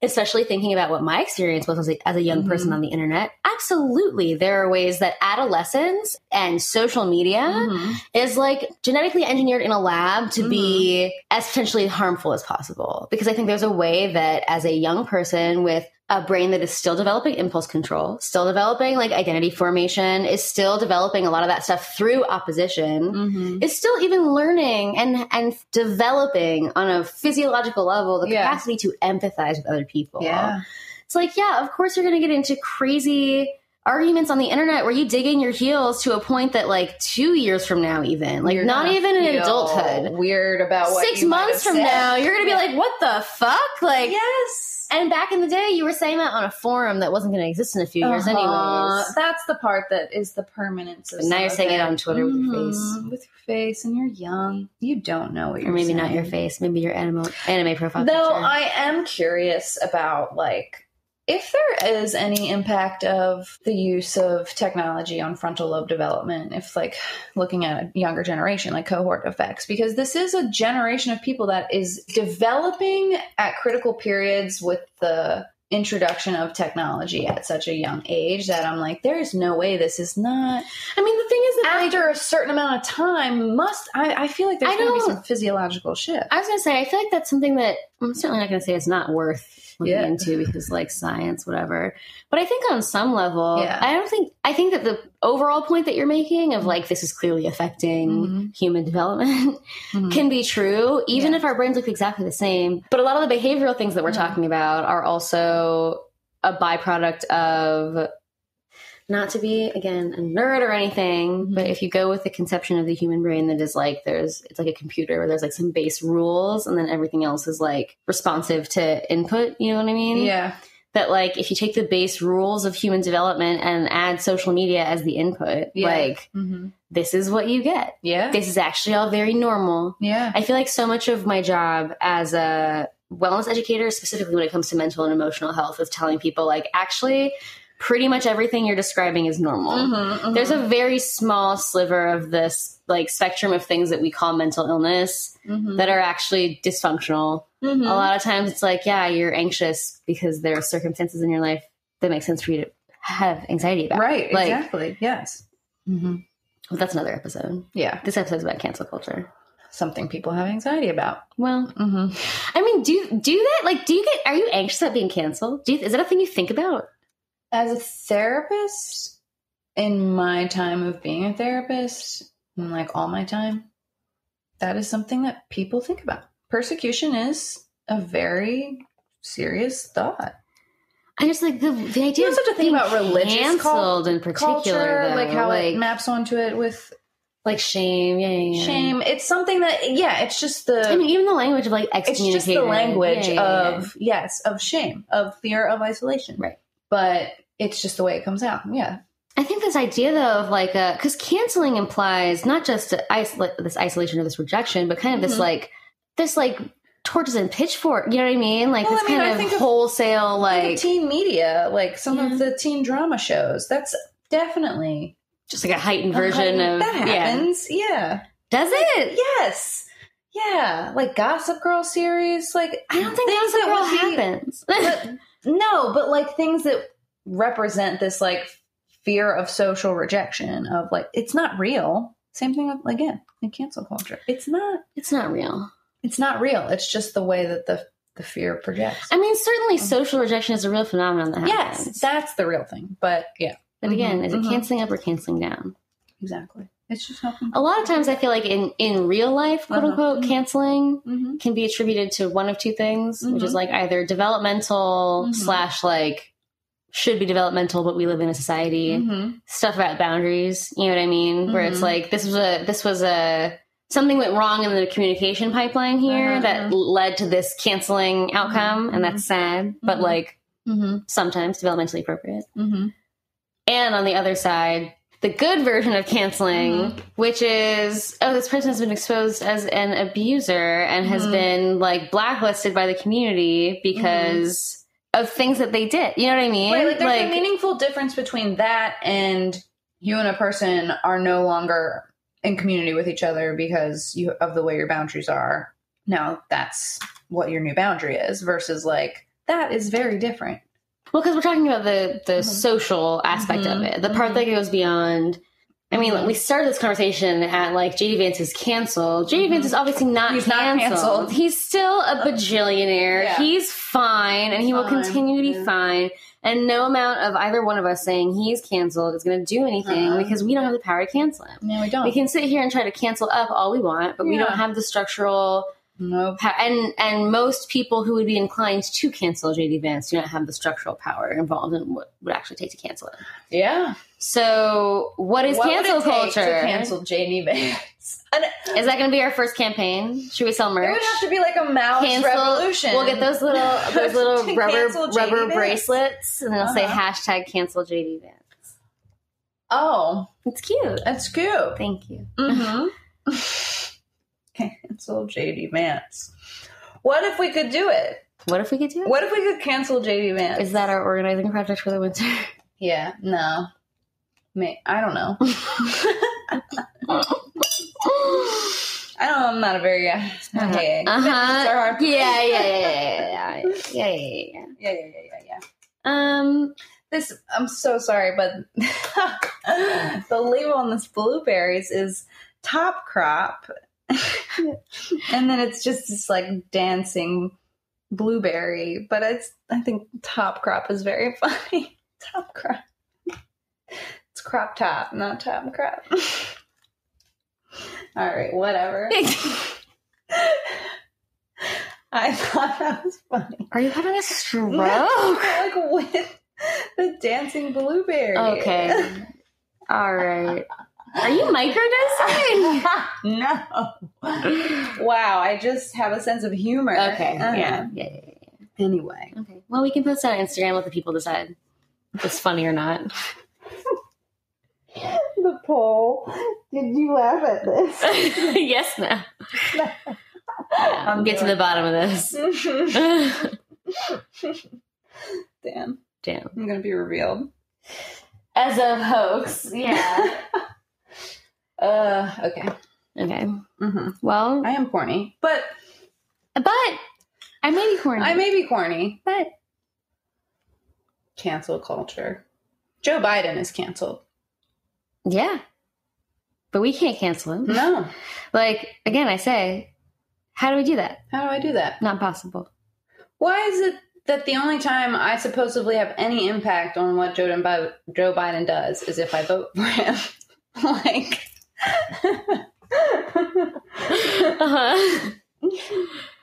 Speaker 1: especially thinking about what my experience was as a, as a young
Speaker 2: Mhm.
Speaker 1: person on the internet. Absolutely, there are ways that adolescence and social media
Speaker 2: Mhm.
Speaker 1: is like genetically engineered in a lab to be
Speaker 2: Mm-hmm.
Speaker 1: as potentially harmful as possible. Because I think there's a way that as a young person with a brain that is still developing impulse control, still developing like identity formation, is still developing a lot of that stuff through opposition,
Speaker 2: Mhm.
Speaker 1: is still even learning and and developing on a physiological level the
Speaker 2: Yeah.
Speaker 1: capacity to empathize with other people.
Speaker 2: yeah
Speaker 1: It's like, yeah, of course you're going to get into crazy arguments on the internet where you dig in your heels to a point that, like, two years from now, even, like,
Speaker 2: You're
Speaker 1: not
Speaker 2: gonna
Speaker 1: even in
Speaker 2: feel
Speaker 1: adulthood,
Speaker 2: weird about what
Speaker 1: six
Speaker 2: you might
Speaker 1: months
Speaker 2: have
Speaker 1: from
Speaker 2: said.
Speaker 1: now, you're going to be
Speaker 2: Yeah.
Speaker 1: like, what the fuck? Like,
Speaker 2: yes
Speaker 1: and back in the day, you were saying that on a forum that wasn't going to exist in a few years,
Speaker 2: Uh-huh.
Speaker 1: anyways.
Speaker 2: that's the part that is the permanence of
Speaker 1: But now you're
Speaker 2: some of
Speaker 1: saying it on Twitter with your face.
Speaker 2: Mhm. with your face and you're young you don't know what
Speaker 1: Or
Speaker 2: you're
Speaker 1: maybe not
Speaker 2: saying.
Speaker 1: your face, maybe your anime, anime profile.
Speaker 2: Though
Speaker 1: picture.
Speaker 2: I am curious about like if there is any impact of the use of technology on frontal lobe development, if like looking at a younger generation, like cohort effects, because this is a generation of people that is developing at critical periods with the introduction of technology at such a young age that I'm like, there's no way this is not
Speaker 1: I mean, the thing is that, like,
Speaker 2: after a certain amount of time must I, I feel like there's
Speaker 1: I
Speaker 2: gonna be
Speaker 1: don't-
Speaker 2: some physiological shift.
Speaker 1: I was going to say, I feel like that's something that I'm certainly not going to say it's not worth looking
Speaker 2: Yeah.
Speaker 1: into because like science, whatever. But I think on some level,
Speaker 2: Yeah.
Speaker 1: I don't think I think that the overall point that you're making of like this is clearly affecting
Speaker 2: Mm-hmm.
Speaker 1: human development
Speaker 2: Mhm.
Speaker 1: can be true, even if our brains look exactly the same. But a lot of the behavioral things that we're
Speaker 2: Mhm.
Speaker 1: talking about are also a byproduct of not to be again a nerd or anything,
Speaker 2: Mhm.
Speaker 1: but if you go with the conception of the human brain that is like there's it's like a computer where there's like some base rules and then everything else is like responsive to input, you know what I mean?
Speaker 2: Yeah.
Speaker 1: That like if you take the base rules of human development and add social media as the input,
Speaker 2: Yeah.
Speaker 1: like
Speaker 2: Mm-hmm.
Speaker 1: this is what you get.
Speaker 2: Yeah.
Speaker 1: This is actually all very normal.
Speaker 2: Yeah.
Speaker 1: I feel like so much of my job as a wellness educator, specifically when it comes to mental and emotional health, is telling people like actually pretty much everything you're describing is normal.
Speaker 2: Mm-hmm,
Speaker 1: There's a very small sliver of this like spectrum of things that we call mental illness
Speaker 2: Mm-hmm.
Speaker 1: that are actually dysfunctional. A lot of times it's like, yeah, you're anxious because there are circumstances in your life that make sense for you to have anxiety about.
Speaker 2: Right.
Speaker 1: Like,
Speaker 2: exactly. Yes. Mm-hmm.
Speaker 1: But that's another episode.
Speaker 2: Yeah.
Speaker 1: This episode's about cancel culture.
Speaker 2: Something people have anxiety about.
Speaker 1: Well,
Speaker 2: Mm-hmm.
Speaker 1: I mean, do do that? Like, do you get? Are you anxious about being canceled? Do you, is that a thing you think about?
Speaker 2: As a therapist, in my time of being a therapist, and like all my time, that is something that people think about. Persecution is a very serious thought.
Speaker 1: I just like the the idea.
Speaker 2: also
Speaker 1: of
Speaker 2: have to think
Speaker 1: being
Speaker 2: about religious
Speaker 1: canceled in particular,
Speaker 2: Culture,
Speaker 1: though,
Speaker 2: like how
Speaker 1: like
Speaker 2: it maps onto it with
Speaker 1: like shame, yeah, yeah, yeah.
Speaker 2: shame. It's something that, yeah, it's just the.
Speaker 1: I mean, even the language of like
Speaker 2: it's
Speaker 1: excommunicated.
Speaker 2: just the language
Speaker 1: Yeah, yeah, yeah.
Speaker 2: of yes of shame of fear of isolation
Speaker 1: Right.
Speaker 2: but it's just the way it comes out yeah
Speaker 1: I think this idea though of like a because canceling implies not just a isol- this isolation or this rejection, but kind of this
Speaker 2: Mhm.
Speaker 1: like this like torches and pitchfork. You know what I mean? Like
Speaker 2: Well,
Speaker 1: this
Speaker 2: I mean, I
Speaker 1: kind
Speaker 2: think
Speaker 1: of
Speaker 2: of-
Speaker 1: wholesale
Speaker 2: like
Speaker 1: like
Speaker 2: teen media like some
Speaker 1: Yeah.
Speaker 2: of the teen drama shows that's definitely
Speaker 1: just like a heightened version of
Speaker 2: that
Speaker 1: yeah.
Speaker 2: happens yeah.
Speaker 1: Does it?
Speaker 2: yes yeah like gossip girl series like
Speaker 1: I don't think
Speaker 2: things
Speaker 1: that's
Speaker 2: that
Speaker 1: girl
Speaker 2: would be-
Speaker 1: happens.
Speaker 2: but, no but like things that represent this like fear of social rejection of like it's not real same thing with, again in cancel culture it's not
Speaker 1: it's not real.
Speaker 2: It's not real. It's just the way that the the fear projects.
Speaker 1: I mean, certainly social rejection is a real phenomenon that happens.
Speaker 2: yes, that's the real thing. But yeah,
Speaker 1: but again,
Speaker 2: Mhm,
Speaker 1: is it
Speaker 2: mhm.
Speaker 1: canceling up or canceling down?
Speaker 2: exactly. It's just helping.
Speaker 1: A lot of times I feel like in, in real life, quote
Speaker 2: Uh-huh.
Speaker 1: unquote,
Speaker 2: Mhm.
Speaker 1: canceling
Speaker 2: hmm
Speaker 1: can be attributed to one of two things, which is
Speaker 2: Mhm.
Speaker 1: like either developmental
Speaker 2: Mhm.
Speaker 1: slash like should be developmental, but we live in a society
Speaker 2: Mm-hmm.
Speaker 1: stuff about boundaries. You know what I mean? Where it's
Speaker 2: Mhm.
Speaker 1: like this was a this was a something went wrong in the communication pipeline here
Speaker 2: Uh-huh,
Speaker 1: that led to this canceling outcome, and that's sad, but
Speaker 2: Mhm.
Speaker 1: like
Speaker 2: hmm
Speaker 1: sometimes developmentally appropriate.
Speaker 2: hmm
Speaker 1: And on the other side, the good version of canceling,
Speaker 2: Mhm.
Speaker 1: which is, oh, this person has been exposed as an abuser and has
Speaker 2: Mhm.
Speaker 1: been like blacklisted by the community because of things that they did. You know what I mean?
Speaker 2: Mm-hmm. Right, like there's a meaningful difference between that and you and a person are no longer in community with each other because you of the way your boundaries are. Now that's what your new boundary is versus like that is very different.
Speaker 1: Well, because we're talking about the the
Speaker 2: Mhm.
Speaker 1: social aspect of
Speaker 2: Mhm.
Speaker 1: it, the part that goes beyond. I mean,
Speaker 2: Mhm.
Speaker 1: we started this conversation at like JD Vance is canceled. JD Vance is obviously not
Speaker 2: Mm-hmm. He's not
Speaker 1: canceled.
Speaker 2: canceled.
Speaker 1: He's still a bajillionaire.
Speaker 2: Yeah.
Speaker 1: He's fine, and he will
Speaker 2: Fine,
Speaker 1: continue to be
Speaker 2: yeah.
Speaker 1: fine. And no amount of either one of us saying he's canceled is going to do anything
Speaker 2: Uh-uh.
Speaker 1: because we don't have the power to cancel him.
Speaker 2: No, we don't.
Speaker 1: We can sit here and try to cancel up all we want, but we
Speaker 2: Yeah.
Speaker 1: don't have the structural
Speaker 2: no.
Speaker 1: pa- and and most people who would be inclined to cancel JD Vance do not have the structural power involved in what would actually take to cancel it.
Speaker 2: Yeah.
Speaker 1: So, what is
Speaker 2: What would
Speaker 1: cancel
Speaker 2: it take
Speaker 1: culture?
Speaker 2: To cancel JD Vance. And
Speaker 1: Is that going to be our first campaign? Should we sell
Speaker 2: it would
Speaker 1: merch?
Speaker 2: have to be like a mouse
Speaker 1: Cancel-
Speaker 2: revolution.
Speaker 1: We'll get those little those
Speaker 2: To
Speaker 1: little rubber
Speaker 2: cancel JD
Speaker 1: rubber
Speaker 2: Vance.
Speaker 1: bracelets, and they'll say
Speaker 2: Uh-huh.
Speaker 1: hashtag cancel JD Vance.
Speaker 2: Oh,
Speaker 1: It's cute.
Speaker 2: that's cute.
Speaker 1: Thank you.
Speaker 2: Mm-hmm. cancel JD Vance. What if we could do it?
Speaker 1: What if we could do it?
Speaker 2: What if we could cancel JD Vance?
Speaker 1: Is that our organizing project for the winter? Uh-huh.
Speaker 2: Yeah. No. May I don't know. I don't. I'm not a very. Uh Okay.
Speaker 1: Uh
Speaker 2: Commitments are
Speaker 1: huh.
Speaker 2: hard.
Speaker 1: Yeah, yeah, yeah, yeah, yeah, yeah, yeah, yeah, yeah, yeah.
Speaker 2: Yeah. Yeah. Yeah. Yeah. Yeah.
Speaker 1: Um,
Speaker 2: this i'm so sorry but the label on this blueberries is top crop and then it's just this like dancing blueberry, but it's I think top crop is very funny. top crop. It's crop top, not top crop. All right, whatever. I thought that was funny.
Speaker 1: Are you having a stroke?
Speaker 2: like with the dancing blueberry.
Speaker 1: okay. All right. Are you microdosing?
Speaker 2: no. Wow, I just have a sense of humor.
Speaker 1: okay.
Speaker 2: Uh-huh.
Speaker 1: Yeah. yeah. yeah, yeah.
Speaker 2: Anyway.
Speaker 1: Okay. Well, we can post that on Instagram. Let the people decide if it's funny or not.
Speaker 2: The poll. Did you laugh at this?
Speaker 1: yes, no. Yeah, we'll get to the bottom of this.
Speaker 2: Damn.
Speaker 1: Damn.
Speaker 2: I'm gonna be revealed.
Speaker 3: As a hoax. Yeah.
Speaker 2: Uh, okay.
Speaker 1: Okay.
Speaker 2: Mhm.
Speaker 1: Well,
Speaker 2: I am corny, but
Speaker 1: but I may be corny.
Speaker 2: I may be corny.
Speaker 1: but
Speaker 2: Cancel culture. Joe Biden is canceled.
Speaker 1: yeah. But we can't cancel him.
Speaker 2: No.
Speaker 1: Like again, I say, how do we do that?
Speaker 2: How do I do that?
Speaker 1: Not possible.
Speaker 2: Why is it that the only time I supposedly have any impact on what Joe Biden, Joe Biden does is if I vote for him? like,
Speaker 1: Uh-huh.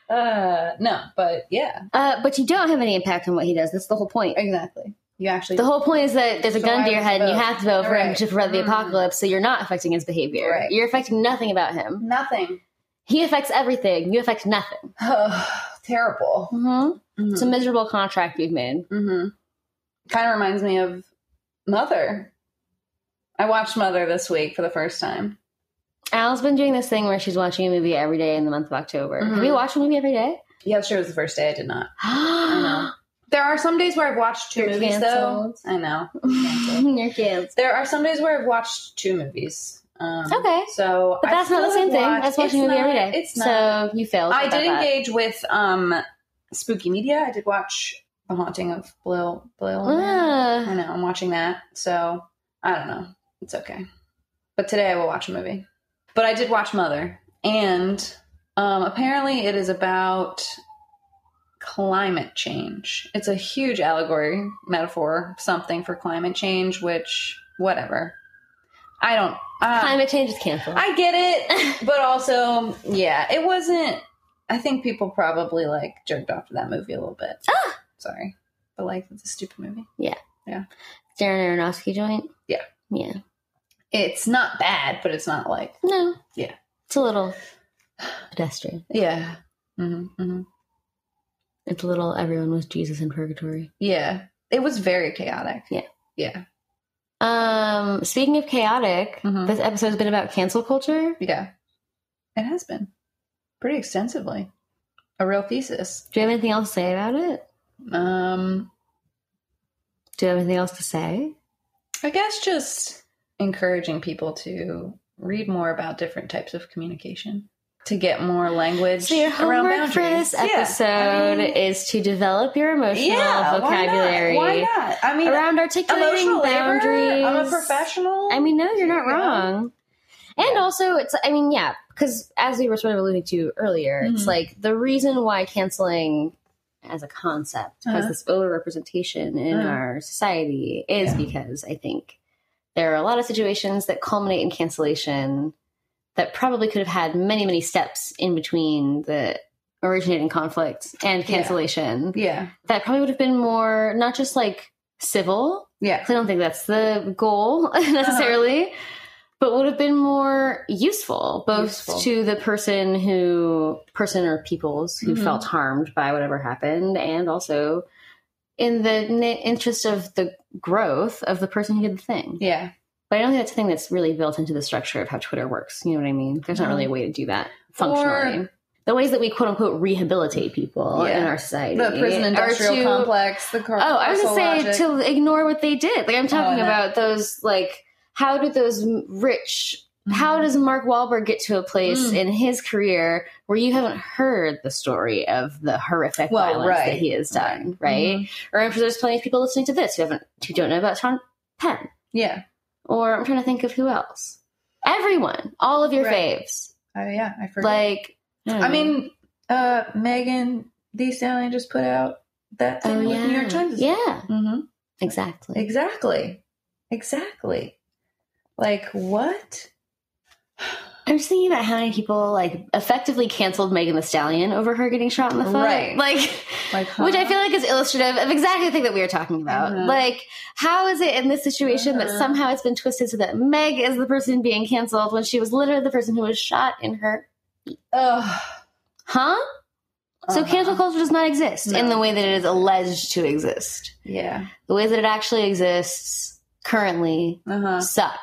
Speaker 2: uh, no, but yeah,
Speaker 1: Uh, but you don't have any impact on what he does. That's the whole point.
Speaker 2: exactly. You actually
Speaker 1: The whole point is that there's a
Speaker 2: So
Speaker 1: gun to
Speaker 2: I
Speaker 1: your
Speaker 2: have
Speaker 1: head
Speaker 2: to
Speaker 1: and you
Speaker 2: vote.
Speaker 1: have to vote for him
Speaker 2: Right.
Speaker 1: to prevent the
Speaker 2: Mm.
Speaker 1: apocalypse, so you're not affecting his behavior.
Speaker 2: Right.
Speaker 1: You're affecting nothing about him.
Speaker 2: nothing.
Speaker 1: He affects everything. You affect nothing.
Speaker 2: terrible.
Speaker 1: Mm-hmm. It's a miserable contract we've made.
Speaker 2: Mm-hmm. Kind of reminds me of Mother. I watched Mother this week for the first time.
Speaker 1: Al's been doing this thing where she's watching a movie every day in the month of October.
Speaker 2: Mhm.
Speaker 1: Have you watched a movie every day?
Speaker 2: Yesterday was the first day I did not.
Speaker 1: I
Speaker 2: There are some days where I've watched 2
Speaker 1: You're
Speaker 2: movies
Speaker 1: canceled.
Speaker 2: though. I know.
Speaker 1: Your kids.
Speaker 2: There are some days where I've watched two movies. Um,
Speaker 1: Okay.
Speaker 2: So,
Speaker 1: But
Speaker 2: I
Speaker 1: that's not the
Speaker 2: still
Speaker 1: same thing
Speaker 2: watch-
Speaker 1: as watching a
Speaker 2: it's
Speaker 1: movie every
Speaker 2: not-
Speaker 1: day.
Speaker 2: It's not.
Speaker 1: So you failed.
Speaker 2: I
Speaker 1: about
Speaker 2: did
Speaker 1: that.
Speaker 2: engage with um, spooky media. I did watch The Haunting of Blair. Blair I
Speaker 1: Ah,
Speaker 2: know. I'm watching that. So I don't know. It's okay. But today I will watch a movie. But I did watch Mother. And um, apparently it is about climate change. It's a huge allegory, metaphor, something for climate change, which, whatever. I don't. Uh,
Speaker 1: climate change is canceled.
Speaker 2: I get it. But also, yeah, it wasn't. I think people probably like jerked off to that movie a little bit. Ah! Sorry. But like, it's a stupid movie.
Speaker 1: Darren Aronofsky joint.
Speaker 2: Yeah.
Speaker 1: Yeah.
Speaker 2: it's not bad, but it's not like
Speaker 1: No.
Speaker 2: Yeah.
Speaker 1: It's a little pedestrian.
Speaker 2: yeah, hmm hmm
Speaker 1: It's a little everyone was Jesus in purgatory.
Speaker 2: yeah. It was very chaotic.
Speaker 1: Yeah.
Speaker 2: yeah,
Speaker 1: Um, speaking of chaotic,
Speaker 2: Mhm.
Speaker 1: this episode's been about cancel culture.
Speaker 2: yeah. It has been pretty extensively a real thesis.
Speaker 1: Do you have anything else to say about it?
Speaker 2: Um,
Speaker 1: Do you have anything else to say?
Speaker 2: I guess just encouraging people to read more about different types of communication to get more language
Speaker 1: So your
Speaker 2: around
Speaker 1: homework
Speaker 2: boundaries.
Speaker 1: for this
Speaker 2: Yeah, I
Speaker 1: episode
Speaker 2: mean,
Speaker 1: is to develop your emotional
Speaker 2: yeah, why not?
Speaker 1: vocabulary
Speaker 2: Why not? I mean,
Speaker 1: around articulating
Speaker 2: emotional labor.
Speaker 1: boundaries.
Speaker 2: I'm a professional.
Speaker 1: I mean, no, you're not
Speaker 2: Yeah.
Speaker 1: wrong. And also, it's I mean, yeah, because as we were sort of alluding to earlier, it's
Speaker 2: Mhm.
Speaker 1: like the reason why canceling as a concept has
Speaker 2: Uh-huh.
Speaker 1: this overrepresentation in
Speaker 2: Uh-huh.
Speaker 1: our society is
Speaker 2: Yeah.
Speaker 1: because I think there are a lot of situations that culminate in cancellation that probably could have had many, many steps in between the originating conflict and
Speaker 2: Yeah.
Speaker 1: cancellation
Speaker 2: yeah,
Speaker 1: that probably would have been more not just like civil
Speaker 2: yeah,
Speaker 1: 'cause I don't think that's the goal necessarily, but would have been more useful both
Speaker 2: Useful.
Speaker 1: to the person who, person or peoples who
Speaker 2: Mhm.
Speaker 1: felt harmed by whatever happened, and also in the n- interest of the growth of the person who did the thing.
Speaker 2: yeah.
Speaker 1: But I don't think that's a thing that's really built into the structure of how Twitter works. You know what I mean? There's not
Speaker 2: Mhm.
Speaker 1: really a way to do that functionally. the ways that we quote unquote rehabilitate people in
Speaker 2: Yeah.
Speaker 1: our society,
Speaker 2: the prison
Speaker 1: are
Speaker 2: industrial
Speaker 1: to-
Speaker 2: complex, the car-
Speaker 1: Oh, I was
Speaker 2: carceral
Speaker 1: gonna say
Speaker 2: logic.
Speaker 1: to ignore what they did. Like I'm talking
Speaker 2: Oh, no.
Speaker 1: about those. Like how do those m- rich? How does Mark Wahlberg get to a place
Speaker 2: Mm-hmm. Mm.
Speaker 1: in his career where you haven't heard the story of the horrific
Speaker 2: Well,
Speaker 1: violence
Speaker 2: right.
Speaker 1: that he has done? Right?
Speaker 2: Mhm.
Speaker 1: Or I'm sure there's plenty of people listening to this who haven't who don't know about Sean Penn.
Speaker 2: Yeah.
Speaker 1: Or I'm trying to think of who else. Everyone, all of your
Speaker 2: Right.
Speaker 1: faves,
Speaker 2: Oh yeah, I forgot.
Speaker 1: like.
Speaker 2: I mean, uh, Megan The Stallion just put out that thing
Speaker 1: Oh
Speaker 2: with
Speaker 1: yeah,
Speaker 2: New York Times.
Speaker 1: yeah,
Speaker 2: hmm
Speaker 1: exactly.
Speaker 2: Exactly. Exactly. Like what?
Speaker 1: I was thinking about how many people like effectively canceled Megan the Stallion over her getting shot in the foot.
Speaker 2: Right.
Speaker 1: Like
Speaker 2: Like huh?
Speaker 1: which I feel like is illustrative of exactly the thing that we were talking about.
Speaker 2: Uh-huh.
Speaker 1: Like, how is it in this situation that
Speaker 2: Uh-huh.
Speaker 1: somehow it's been twisted so that Meg is the person being canceled when she was literally the person who was shot in her
Speaker 2: Ugh.
Speaker 1: huh? So
Speaker 2: Uh-huh.
Speaker 1: cancel culture does not exist in
Speaker 2: No.
Speaker 1: the way that it is alleged to exist.
Speaker 2: Yeah.
Speaker 1: The way that it actually exists currently
Speaker 2: Uh huh.
Speaker 1: suck.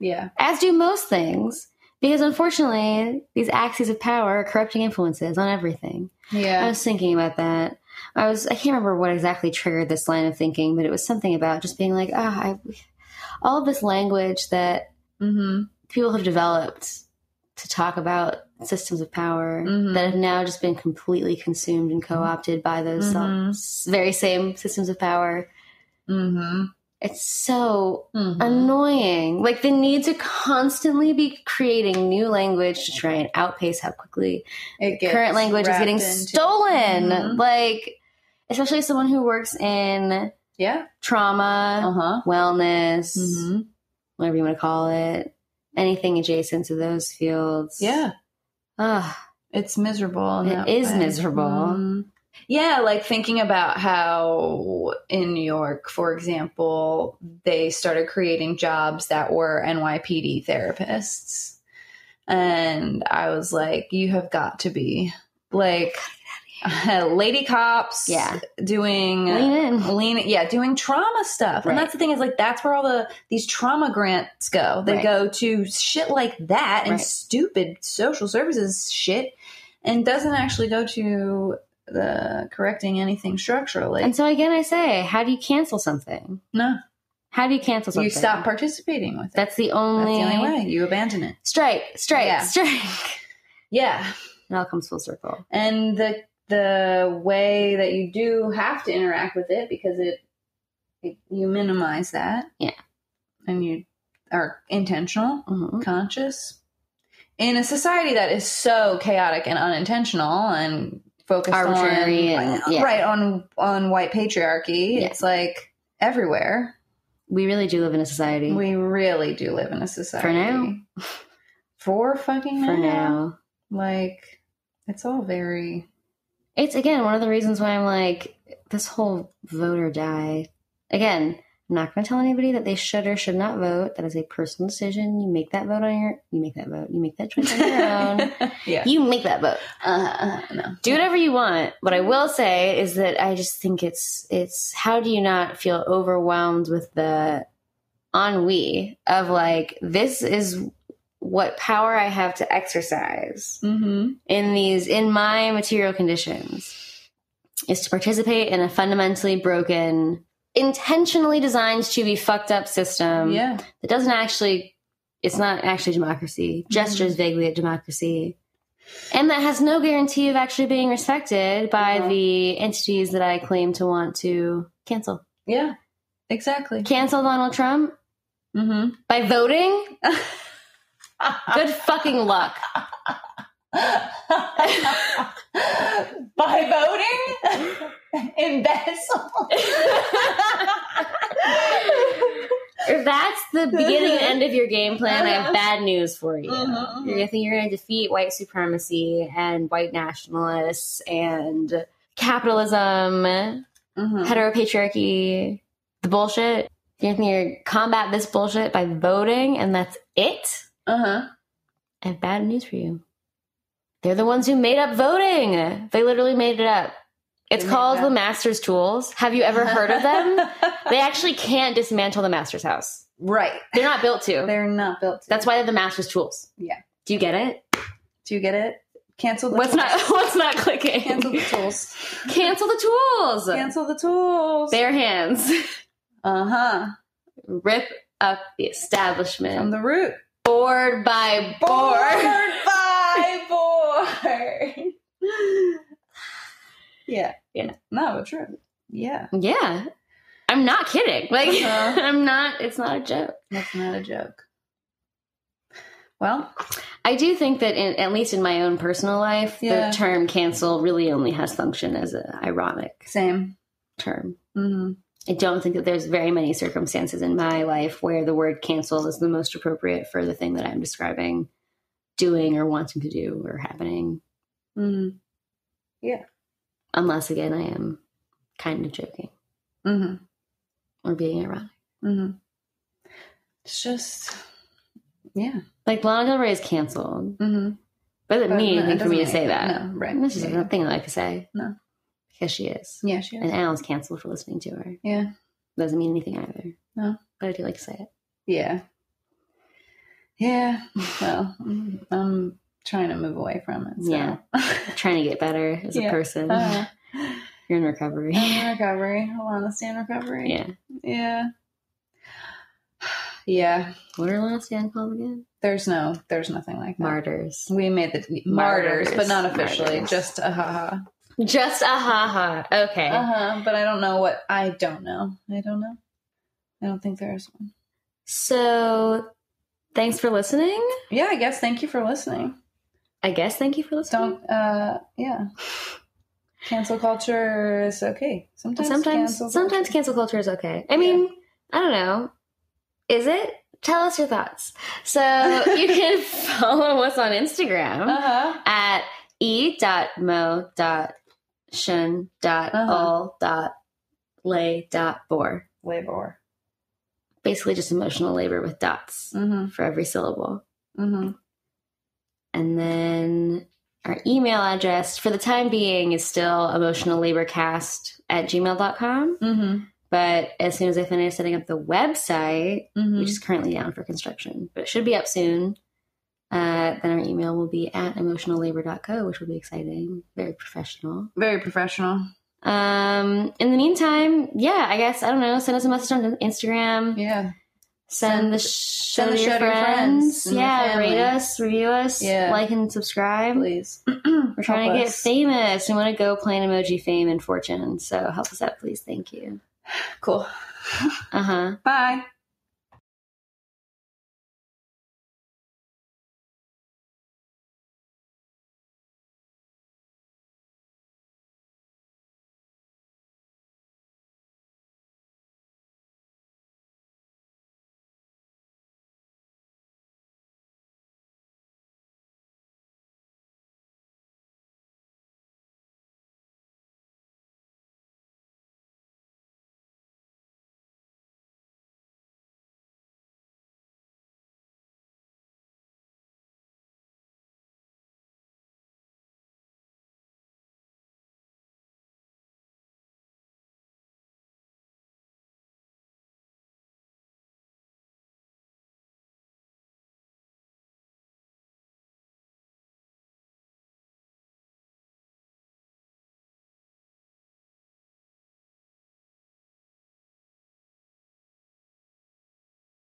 Speaker 2: Yeah.
Speaker 1: as do most things, because unfortunately, these axes of power are corrupting influences on everything. I
Speaker 2: Yeah.
Speaker 1: was thinking about that. I was I can't remember what exactly triggered this line of thinking, but it was something about just being like, ah, I, all this language that
Speaker 2: Mm-hmm.
Speaker 1: people have developed to talk about systems of power
Speaker 2: Mhm.
Speaker 1: that have now just been completely consumed and co-opted by those
Speaker 2: Mhm.
Speaker 1: s- very same systems of power.
Speaker 2: Mm-hmm.
Speaker 1: It's so
Speaker 2: mm-hmm.
Speaker 1: annoying. Like the need to constantly be creating new language to try and outpace how quickly
Speaker 2: It gets
Speaker 1: current language is
Speaker 2: wrapped
Speaker 1: getting
Speaker 2: into-
Speaker 1: stolen.
Speaker 2: Mhm.
Speaker 1: Like, especially someone who works in
Speaker 2: Yeah.
Speaker 1: trauma,
Speaker 2: huh.
Speaker 1: wellness,
Speaker 2: Mm-hmm.
Speaker 1: whatever you want to call it, anything adjacent to those fields.
Speaker 2: Yeah.
Speaker 1: Ugh.
Speaker 2: It's miserable. in
Speaker 1: It
Speaker 2: that
Speaker 1: is
Speaker 2: way.
Speaker 1: miserable.
Speaker 2: Mhm. Yeah, like thinking about how in New York, for example, they started creating jobs that were NYPD therapists. And I was like, you have got to be like lady cops
Speaker 1: Yeah.
Speaker 2: doing
Speaker 1: Lean in.
Speaker 2: lean yeah doing trauma stuff and
Speaker 1: Right.
Speaker 2: that's the thing is like that's where all the these trauma grants go they
Speaker 1: Right.
Speaker 2: go to shit like that and
Speaker 1: Right.
Speaker 2: stupid social services shit and doesn't actually go to the correcting anything structurally
Speaker 1: And so again, I say, how do you cancel something?
Speaker 2: no
Speaker 1: How do you cancel something?
Speaker 2: you stop participating with it
Speaker 1: That's the
Speaker 2: that's
Speaker 1: only,
Speaker 2: the only way you abandon it
Speaker 1: Strike, strike,
Speaker 2: Yeah.
Speaker 1: strike.
Speaker 2: yeah
Speaker 1: It all comes full circle.
Speaker 2: and the the way that you do have to interact with it because it, it you minimize that
Speaker 1: Yeah.
Speaker 2: and you are intentional
Speaker 1: Mhm.
Speaker 2: conscious in a society that is so chaotic and unintentional and focused
Speaker 1: Arbitrary
Speaker 2: on
Speaker 1: and- yeah.
Speaker 2: right on on white patriarchy
Speaker 1: Yeah.
Speaker 2: it's like everywhere
Speaker 1: We really do live in a society.
Speaker 2: we really do live in a society
Speaker 1: now.
Speaker 2: for fucking now.
Speaker 1: for now.
Speaker 2: like it's all very
Speaker 1: It's again one of the reasons why I'm like this whole vote or die. Again, I'm not going to tell anybody that they should or should not vote. That is a personal decision. You make that vote on your. You make that vote. You make that choice on your own.
Speaker 2: yeah
Speaker 1: You make that vote.
Speaker 2: uh, uh, no
Speaker 1: Do whatever you want. What I will say is that I just think it's it's how do you not feel overwhelmed with the ennui of like this is what power I have to exercise.
Speaker 2: mm-hmm.
Speaker 1: in these in my material conditions is to participate in a fundamentally broken intentionally designed to be fucked up system
Speaker 2: yeah
Speaker 1: that doesn't actually it's not actually democracy gestures vaguely at democracy and that has no guarantee of actually being respected by
Speaker 2: Uh-huh.
Speaker 1: the entities that i claim to want to cancel
Speaker 2: yeah exactly
Speaker 1: cancel donald trump
Speaker 2: mm-hmm.
Speaker 1: by voting good fucking luck
Speaker 2: By voting, embezzle.
Speaker 1: if that's the beginning and end of your game plan, I have bad news for you.
Speaker 2: Uh-huh.
Speaker 1: You're gonna think you're gonna defeat white supremacy and white nationalists and capitalism, Mm-hmm. heteropatriarchy, the bullshit. You're gonna think you're gonna combat this bullshit by voting, and that's it.
Speaker 2: Uh
Speaker 1: Mm-hmm.
Speaker 2: huh.
Speaker 1: I have bad news for you. They're the ones who made up voting. They literally made it up. It's
Speaker 2: They made
Speaker 1: called
Speaker 2: it
Speaker 1: the
Speaker 2: up.
Speaker 1: Master's Tools. Have you ever heard of them? they actually can't dismantle the Master's house.
Speaker 2: Right.
Speaker 1: They're not built to.
Speaker 2: They're not built. To.
Speaker 1: That's why they're the master's tools.
Speaker 2: Yeah.
Speaker 1: Do you get it?
Speaker 2: Do you get it? Cancel the
Speaker 1: What's
Speaker 2: tools.
Speaker 1: not what's not clicking?
Speaker 2: Cancel the tools.
Speaker 1: Cancel the tools.
Speaker 2: Cancel the tools.
Speaker 1: Bare hands.
Speaker 2: Uh huh.
Speaker 1: Rip up the
Speaker 2: From
Speaker 1: establishment.
Speaker 2: the root.
Speaker 1: board by board.
Speaker 2: by board. yeah.
Speaker 1: Yeah.
Speaker 2: No, but true. Yeah.
Speaker 1: yeah. I'm not kidding. Like
Speaker 2: Uh-huh.
Speaker 1: I'm not it's not a joke.
Speaker 2: That's not a joke. Well,
Speaker 1: I do think that, in, at least in my own personal life,
Speaker 2: Yeah.
Speaker 1: the term cancel really only has function as an ironic
Speaker 2: Same.
Speaker 1: term.
Speaker 2: hmm
Speaker 1: I don't think that there's very many circumstances in my life where the word cancel is the most appropriate for the thing that I'm describing doing or wanting to do or happening,
Speaker 2: hmm
Speaker 1: unless, again, I am kind of joking
Speaker 2: hmm
Speaker 1: or being ironic.
Speaker 2: hmm It's just, yeah.
Speaker 1: Like Lana Del Rey is canceled.
Speaker 2: Mm-hmm.
Speaker 1: But it doesn't mean anything for me to say that.
Speaker 2: No, right.
Speaker 1: And This is
Speaker 2: Yeah,
Speaker 1: just nothing that I could say.
Speaker 2: No.
Speaker 1: Because she is.
Speaker 2: yeah, she is.
Speaker 1: And Alan's canceled for listening to her.
Speaker 2: Yeah.
Speaker 1: Doesn't mean anything either.
Speaker 2: No.
Speaker 1: But I do like to say
Speaker 2: Yeah. Yeah.
Speaker 1: it.
Speaker 2: Well, mm, I'm trying to move away from it. So.
Speaker 1: Yeah. Trying to get better as
Speaker 2: Yeah.
Speaker 1: a person.
Speaker 2: Uh,
Speaker 1: You're in recovery.
Speaker 2: I'm in recovery. Hold on, let's stay in recovery.
Speaker 1: yeah.
Speaker 2: Yeah. Yeah.
Speaker 1: What are last stand called again?
Speaker 2: There's no, there's nothing like that.
Speaker 1: Martyrs.
Speaker 2: we made the martyrs,
Speaker 1: Martyrs.
Speaker 2: but not officially.
Speaker 1: Martyrs.
Speaker 2: Just uh, a haha.
Speaker 1: Just a ha ha. Okay.
Speaker 2: Uh huh. But I don't know what. I don't know. I don't know. I don't think there is one.
Speaker 1: So thanks for listening.
Speaker 2: Yeah, I guess. Thank you for listening.
Speaker 1: I guess thank you for listening.
Speaker 2: Don't. Uh. Yeah. Cancel culture is okay. Sometimes.
Speaker 1: sometimes
Speaker 2: cancel culture-
Speaker 1: sometimes cancel culture is okay. I mean, I don't know. Is it? Tell us your thoughts. So you can follow us on Instagram
Speaker 2: Uh-huh.
Speaker 1: at e e.mo.shun.ol.lay.bor.
Speaker 2: Labor.
Speaker 1: Basically just emotional labor with dots
Speaker 2: Mm-hmm.
Speaker 1: for every syllable.
Speaker 2: Mm-hmm.
Speaker 1: And then our email address for the time being is still emotionallaborcast at gmail.com.
Speaker 2: Mm-hmm.
Speaker 1: But as soon as I finish setting up the website,
Speaker 2: Mm-hmm.
Speaker 1: which is currently down for construction, but it should be up soon. Uh, then our email will be at emotionallabor.co, which will be exciting, very professional.
Speaker 2: Very professional.
Speaker 1: Um, in the meantime, yeah, I guess I don't know. Send us a message on Instagram.
Speaker 2: Yeah.
Speaker 1: Send, the, sh-
Speaker 2: send the
Speaker 1: show to your friends.
Speaker 2: and your
Speaker 1: yeah,
Speaker 2: family.
Speaker 1: rate us, review us,
Speaker 2: Yeah.
Speaker 1: like and subscribe.
Speaker 2: Please.
Speaker 1: We're trying to get famous. We want to go plan emoji fame and fortune. So help us out, please. Thank you.
Speaker 2: Cool.
Speaker 1: Uh huh.
Speaker 2: Bye.